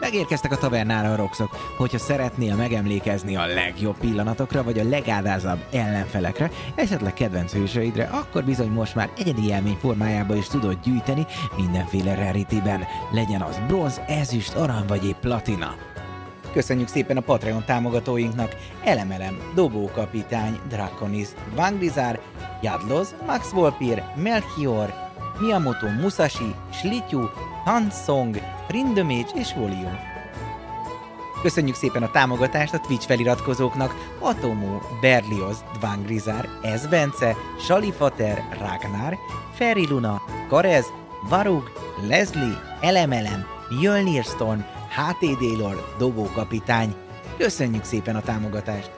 A: Megérkeztek a tavernára a roxok. Hogyha szeretnél megemlékezni a legjobb pillanatokra, vagy a legáldázabb ellenfelekre, esetleg kedvenc hősöidre, akkor bizony most már egyedi élmény formájába is tudod gyűjteni mindenféle rarityben. Legyen az bronz, ezüst, arany vagy épp platina. Köszönjük szépen a Patreon támogatóinknak! Elemelem, Dobókapitány, Draconis, Vanglizár, Jadloz, Max Volpir, Melchior, Miyamoto Musashi, Slityu, Hansong, Rindomage és Volium. Köszönjük szépen a támogatást a Twitch feliratkozóknak Atomó, Berlioz, Dvangrizár, Ez Bence, Salifater, Ragnar, Ferri Luna, Karez, Varug, Leslie, Elemelem, Jölnir Storm, HT Délor, Dobókapitány. Köszönjük szépen a támogatást!